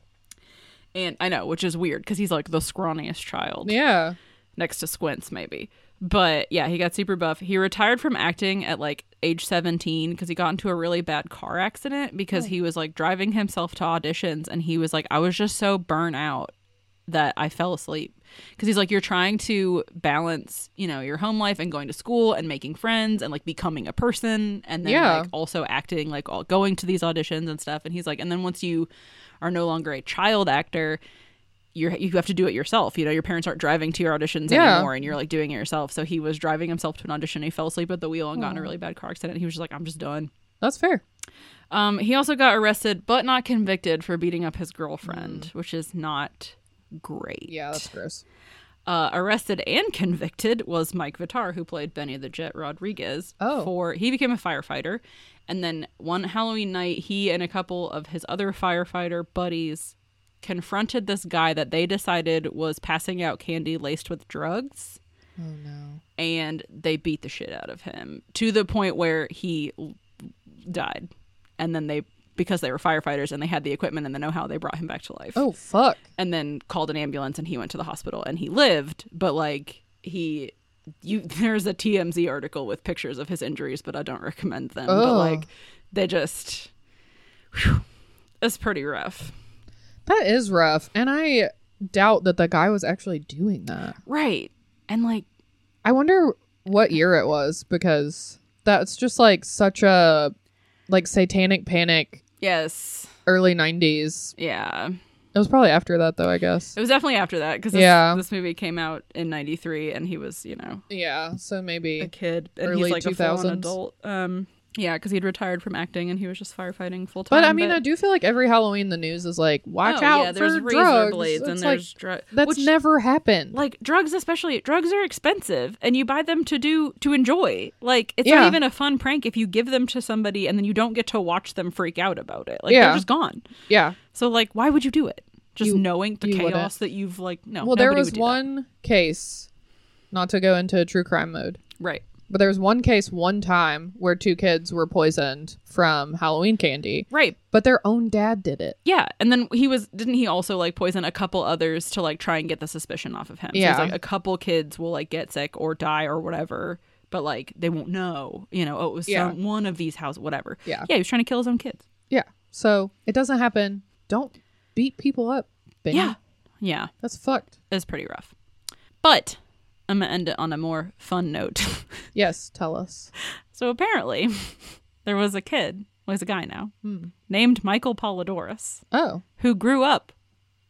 And I know, which is weird because he's like the scrawniest child
yeah.
next to Squints, maybe. But yeah, he got super buff. He retired from acting at like age 17 because he got into a really bad car accident because he was like driving himself to auditions and he was like, I was just so burnt out that I fell asleep. Because he's like, you're trying to balance, you know, your home life and going to school and making friends and like becoming a person and then
Yeah.
like also acting, like all, going to these auditions and stuff. And he's like, and then once you are no longer a child actor, you you have to do it yourself. You know, your parents aren't driving to your auditions
Yeah.
anymore, and you're like doing it yourself. So he was driving himself to an audition. He fell asleep at the wheel and got in a really bad car accident. He was just like, I'm just done.
That's fair.
Um, he also got arrested but not convicted for beating up his girlfriend, which is not great.
Mm. Yeah, that's gross.
Uh, arrested and *laughs* convicted was Mike Vitar, who played Benny the Jet Rodriguez.
Oh.
For he became a firefighter, and then one Halloween night, he and a couple of his other firefighter buddies confronted this guy that they decided was passing out candy laced with drugs,
Oh no.
and they beat the shit out of him to the point where he l- died. And then they, because they were firefighters and they had the equipment and the know-how, they brought him back to life
Oh fuck.
and then called an ambulance and he went to the hospital and he lived but like he you *laughs* there's a TMZ article with pictures of his injuries but I don't recommend them but
Ugh.
like they just whew, it's pretty rough
That is rough. And I doubt that the guy was actually doing that.
right and like
I wonder what year it was because that's just like such a like satanic panic
yes
early 90s.
yeah
It was probably after that though, I guess.
it was definitely after that cuz
Yeah.
this movie came out in 93 and he was you know
Yeah, so
a
maybe
kid and
Early
he's like a full
2000s.
adult um yeah cuz he'd retired from acting and he was just firefighting full time
but I mean, I do feel like every Halloween the news is like, watch
Oh,
out
yeah,
for
there's razor
drugs.
blades
It's
and
like,
there's dru-
that's
which-
never happened.
like drugs especially drugs are expensive and you buy them to do to enjoy like it's
Yeah.
not even a fun prank if you give them to somebody and then you don't get to watch them freak out about it like
Yeah.
they're just gone
yeah.
so like why would you do it just
You-
knowing the
you
chaos
wouldn't.
that you've like no
well, there
nobody
was
would do that.
one case, not to go into true crime mode,
right
but there was one case one time where two kids were poisoned from Halloween candy,
right
but their own dad did it.
yeah and then he was didn't he also like poison a couple others to like try and get the suspicion off of him so
Yeah.
it's like a couple kids will like get sick or die or whatever but like they won't know you know oh it was
Yeah.
some, one of these houses whatever
Yeah.
yeah he was trying to kill his own kids
Yeah. So it doesn't happen. Don't beat people up. Benny.
yeah yeah
That's fucked.
is pretty rough. But I'm gonna end it on a more fun note. *laughs*
Yes. Tell us.
so apparently, *laughs* there was a kid, well, he's a guy now, named Michael Polidorus,
Oh.
who grew up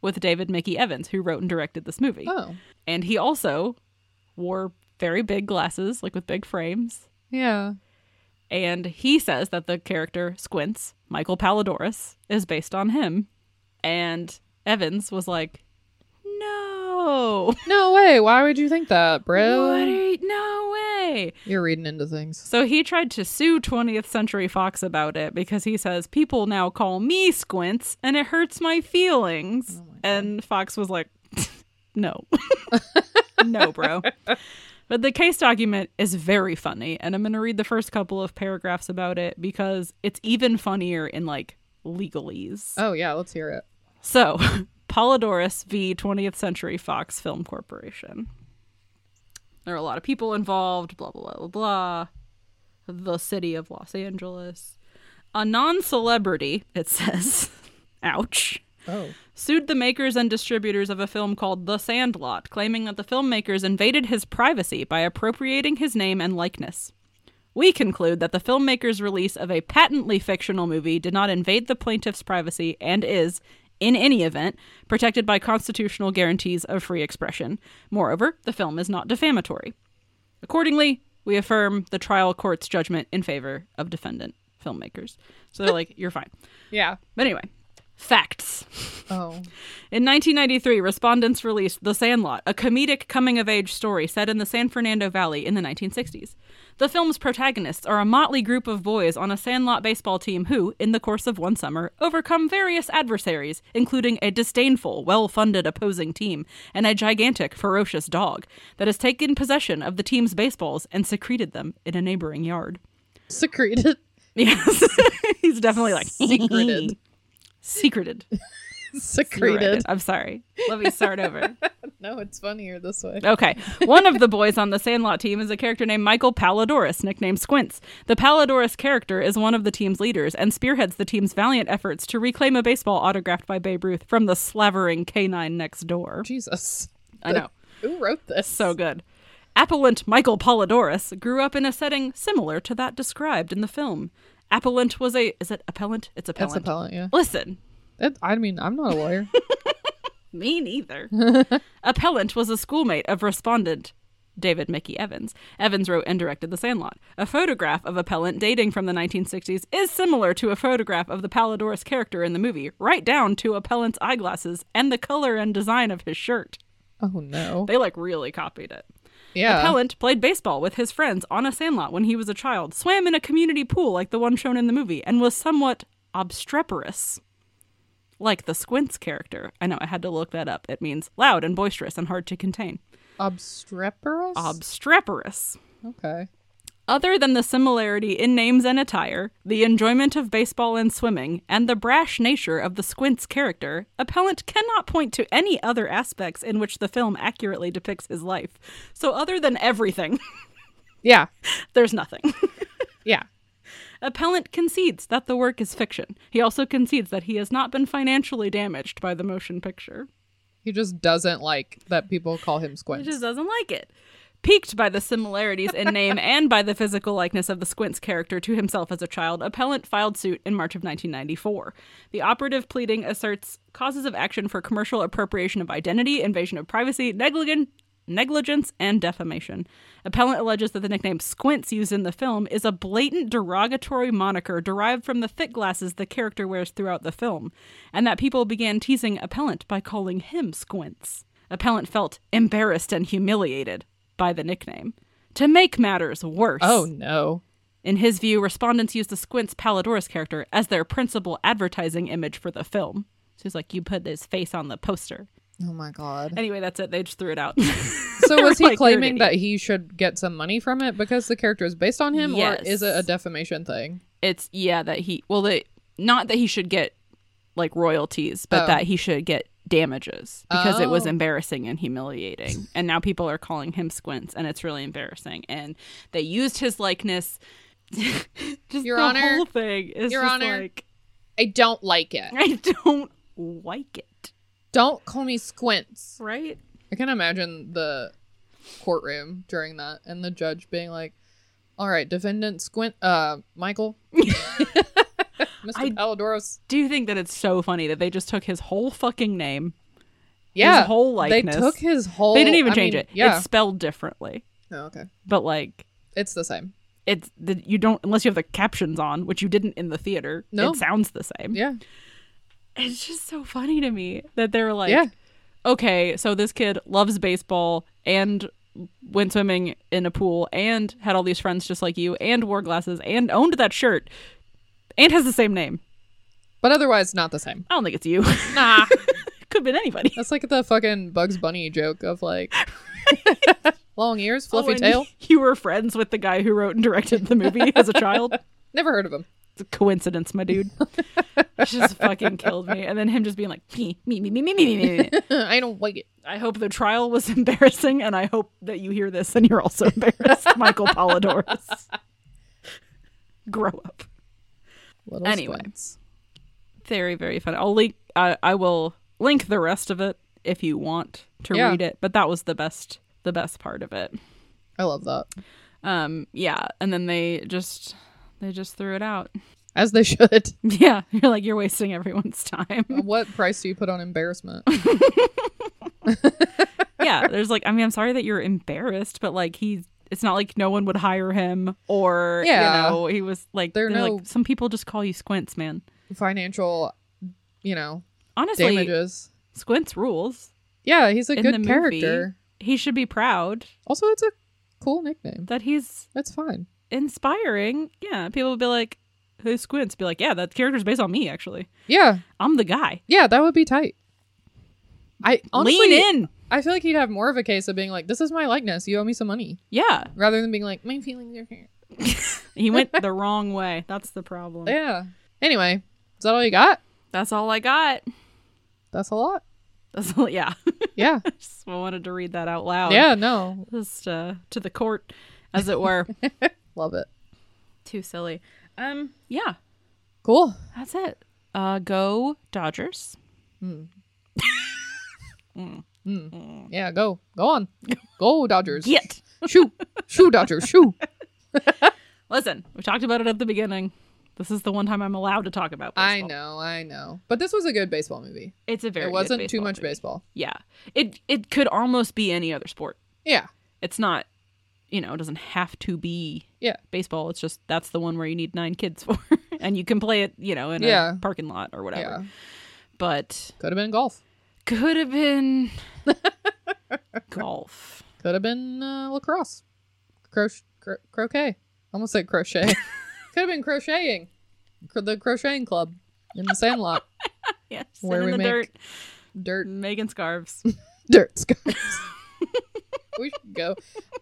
with David Mickey Evans, who wrote and directed this movie,
Oh.
and he also wore very big glasses, like with big frames.
Yeah.
And he says that the character Squints, Michael Polidorus, is based on him. And Evans was like, "No,
No way. Why would you think that,
what?
bro?
are you- no way!"
You're reading into things.
So he tried to sue 20th Century Fox about it because he says people now call me Squints and it hurts my feelings. and Fox was like, *laughs* no. no, bro. But the case document is very funny and I'm going to read the first couple of paragraphs about it because it's even funnier in like legalese.
Oh yeah. Let's hear it.
So, *laughs* Polydorus v. 20th Century Fox Film Corporation. There are a lot of people involved, blah, blah, blah, blah, blah. The city of Los Angeles. A non celebrity, it says, *laughs* ouch,
Oh.
sued the makers and distributors of a film called The Sandlot, claiming that the filmmakers invaded his privacy by appropriating his name and likeness. We conclude that the filmmaker's release of a patently fictional movie did not invade the plaintiff's privacy and is, in any event, protected by constitutional guarantees of free expression. Moreover, the film is not defamatory. Accordingly, we affirm the trial court's judgment in favor of defendant filmmakers. So they're like, you're fine.
Yeah.
But anyway, facts.
Oh.
In 1993, respondents released The Sandlot, a comedic coming of age story set in the San Fernando Valley in the 1960s. The film's protagonists are a motley group of boys on a Sandlot baseball team who, in the course of one summer, overcome various adversaries, including a disdainful, well funded opposing team and a gigantic, ferocious dog that has taken possession of the team's baseballs and secreted them in a neighboring yard. *laughs*
Secreted. *laughs*
Yes, *laughs* he's definitely like
Secreted.
secreted. You're right.
Secreted.
I'm sorry. Let me start over.
No, it's funnier this way.
Okay. One of the boys on the Sandlot team is a character named Michael Palidorus, nicknamed Squints. The Palidorus character is one of the team's leaders and spearheads the team's valiant efforts to reclaim a baseball autographed by Babe Ruth from the slavering canine next door.
Jesus.
I know.
Who wrote this?
So good. Appellant Michael Polidorus grew up in a setting similar to that described in the film. Appellant was a. Is it appellant? It's appellant.
That's appellant. Yeah.
Listen, *laughs*
It, I mean, I'm not a lawyer.
Me neither. Appellant was a schoolmate of respondent David Mickey Evans. Evans wrote and directed The Sandlot. A photograph of Appellant dating from the 1960s is similar to a photograph of the Palidorus character in the movie, right down to Appellant's eyeglasses and the color and design of his shirt.
Oh no.
They like really copied it.
Yeah.
Appellant played baseball with his friends on a sandlot when he was a child, swam in a community pool like the one shown in the movie, and was somewhat obstreperous. Like the Squints character. I know, I had to look that up. It means loud and boisterous and hard to contain.
Obstreperous?
Obstreperous.
okay.
Other than the similarity in names and attire, the enjoyment of baseball and swimming, and the brash nature of the Squints character, Appellant cannot point to any other aspects in which the film accurately depicts his life. So, other than everything, *laughs*
Yeah.
there's nothing.
Yeah.
Appellant concedes that the work is fiction. He also concedes that he has not been financially damaged by the motion picture.
He just doesn't like that people call him Squint.
He just doesn't like it. Piqued by the similarities in name and by the physical likeness of the Squints character to himself as a child, Appellant filed suit in March of 1994. The operative pleading asserts causes of action for commercial appropriation of identity, invasion of privacy, negligence, negligence, and defamation. Appellant alleges that the nickname Squints used in the film is a blatant derogatory moniker derived from the thick glasses the character wears throughout the film, and that people began teasing Appellant by calling him Squints. Appellant felt embarrassed and humiliated by the nickname. To make matters worse,
oh no.
in his view, respondents used the Squints Palidorus character as their principal advertising image for the film. So he's like, you put his face on the
*laughs*
poster.
Oh my god.
Anyway, that's it. They just threw it out. *laughs*
So was he
Like, you're an
claiming that
idiot.
he should get some money from it because the character is based on him
Yes.
or is it a defamation thing?
it's yeah that he well they not that he should get like royalties, but
Oh.
that he should get damages because it was
Oh.
embarrassing and humiliating. And now people are calling him Squints, and it's really embarrassing. And they used his likeness. *laughs* just
Your
the
Honor.
whole thing is
Your
just
Honor.
like
I don't like it.
I don't like it.
Don't call me Squints.
Right?
I can imagine the courtroom during that and the judge being like, "All right, defendant Squint uh Michael
*laughs*
Mr.
I-
Paladoros.
Do you think that it's so funny that they just took his whole fucking name?
Yeah.
whole likeness.
They took his whole
they didn't even
I
change
mean,
it.
Yeah.
It's spelled differently,
Oh, okay.
but like
It's the same.
it's the, you don't unless you have the captions on, which you didn't in the theater.
No.
it sounds the same.
Yeah.
It's just so funny to me that they were like,
yeah.
okay, so this kid loves baseball and went swimming in a pool and had all these friends just like you and wore glasses and owned that shirt and has the same name.
But otherwise not the same.
I don't think it's you.
Nah.
*laughs* Could have been anybody.
That's like the fucking Bugs Bunny joke
*laughs*
of like long ears, fluffy
when
tail.
*laughs* You were friends with the guy who wrote and directed the movie as a child.
Never heard of him.
It's a coincidence, my *laughs* dude. It just fucking killed me. And then him just being like, me, me, me, me, me, me, me, me.
*laughs* I don't like it.
I hope the trial was *laughs* embarrassing, and I hope that you hear this and you're also *laughs* embarrassed, Michael Polidorus. Grow up.
Little
Anyway.
Squints.
Very, very fun. I'll link. I I will link the rest of it if you want to
Yeah.
read it. But that was the best, the best part of it.
I love that.
Um, yeah. And then they just, they just threw it out. *laughs*
As they should. *laughs*
Yeah, you're like you're wasting everyone's time.
what price do you put
*laughs*
on embarrassment?
yeah, there's like I mean, I'm sorry that you're embarrassed, but like he's it's not like no one would hire him or
Yeah.
you know, he was like
There are
they're
no-
like some people just call you Squints, man.
Financial, you know,
Honestly,
damages.
Squints rules.
Yeah, he's a
in the
good
movie.
character.
He should be proud
Also, it's a cool nickname.
that he's
That's fine.
inspiring. Yeah, people would be like, "Hey, Squints." Be like, "Yeah, that character's based on me. Actually,
Yeah,
I'm the guy."
yeah, that would be tight. I honestly,
Lean in.
I feel like he'd have more of a case of being like, "This is my likeness. You owe me some money,"
Yeah,
rather than being like, "My feelings are hurt."
he
*laughs*
went the wrong way. That's the problem.
Yeah. Anyway, is that all you got?
That's all I got.
That's a lot.
That's all. Yeah, *laughs*
Yeah.
just wanted to read that out loud.
yeah. No,
just uh, to the court, as it
*laughs*
were.
love it.
Too silly. Um, yeah,
Cool.
that's it. Uh, go Dodgers.
Yeah. Go. Go on. Go Dodgers.
Get. *laughs*
Shoot. Shoot Dodgers. Shoot.
Listen, we talked about it at the beginning. This is the one time I'm allowed to talk about baseball.
I know, I know. But this was a good baseball movie.
It's a very
it
good
wasn't too
baseball
much
movie.
baseball.
Yeah. It it could almost be any other sport.
Yeah.
It's not you know, it doesn't have to be
Yeah.
baseball. It's just that's the one where you need nine kids for. *laughs* and you can play it, you know, in
Yeah.
a parking lot or whatever.
Yeah.
But
Could have been golf.
could have
*laughs*
been golf.
Could have been uh, lacrosse. Croch- cro- croquet. Almost
*laughs*
said crochet. Could have been crocheting. Cro- the crocheting club in the sandlot.
*laughs* Yes.
Where
and in
we
the
make-
dirt.
Dirt.
Megan
*laughs*
scarves.
dirt scarves. *laughs* we should go.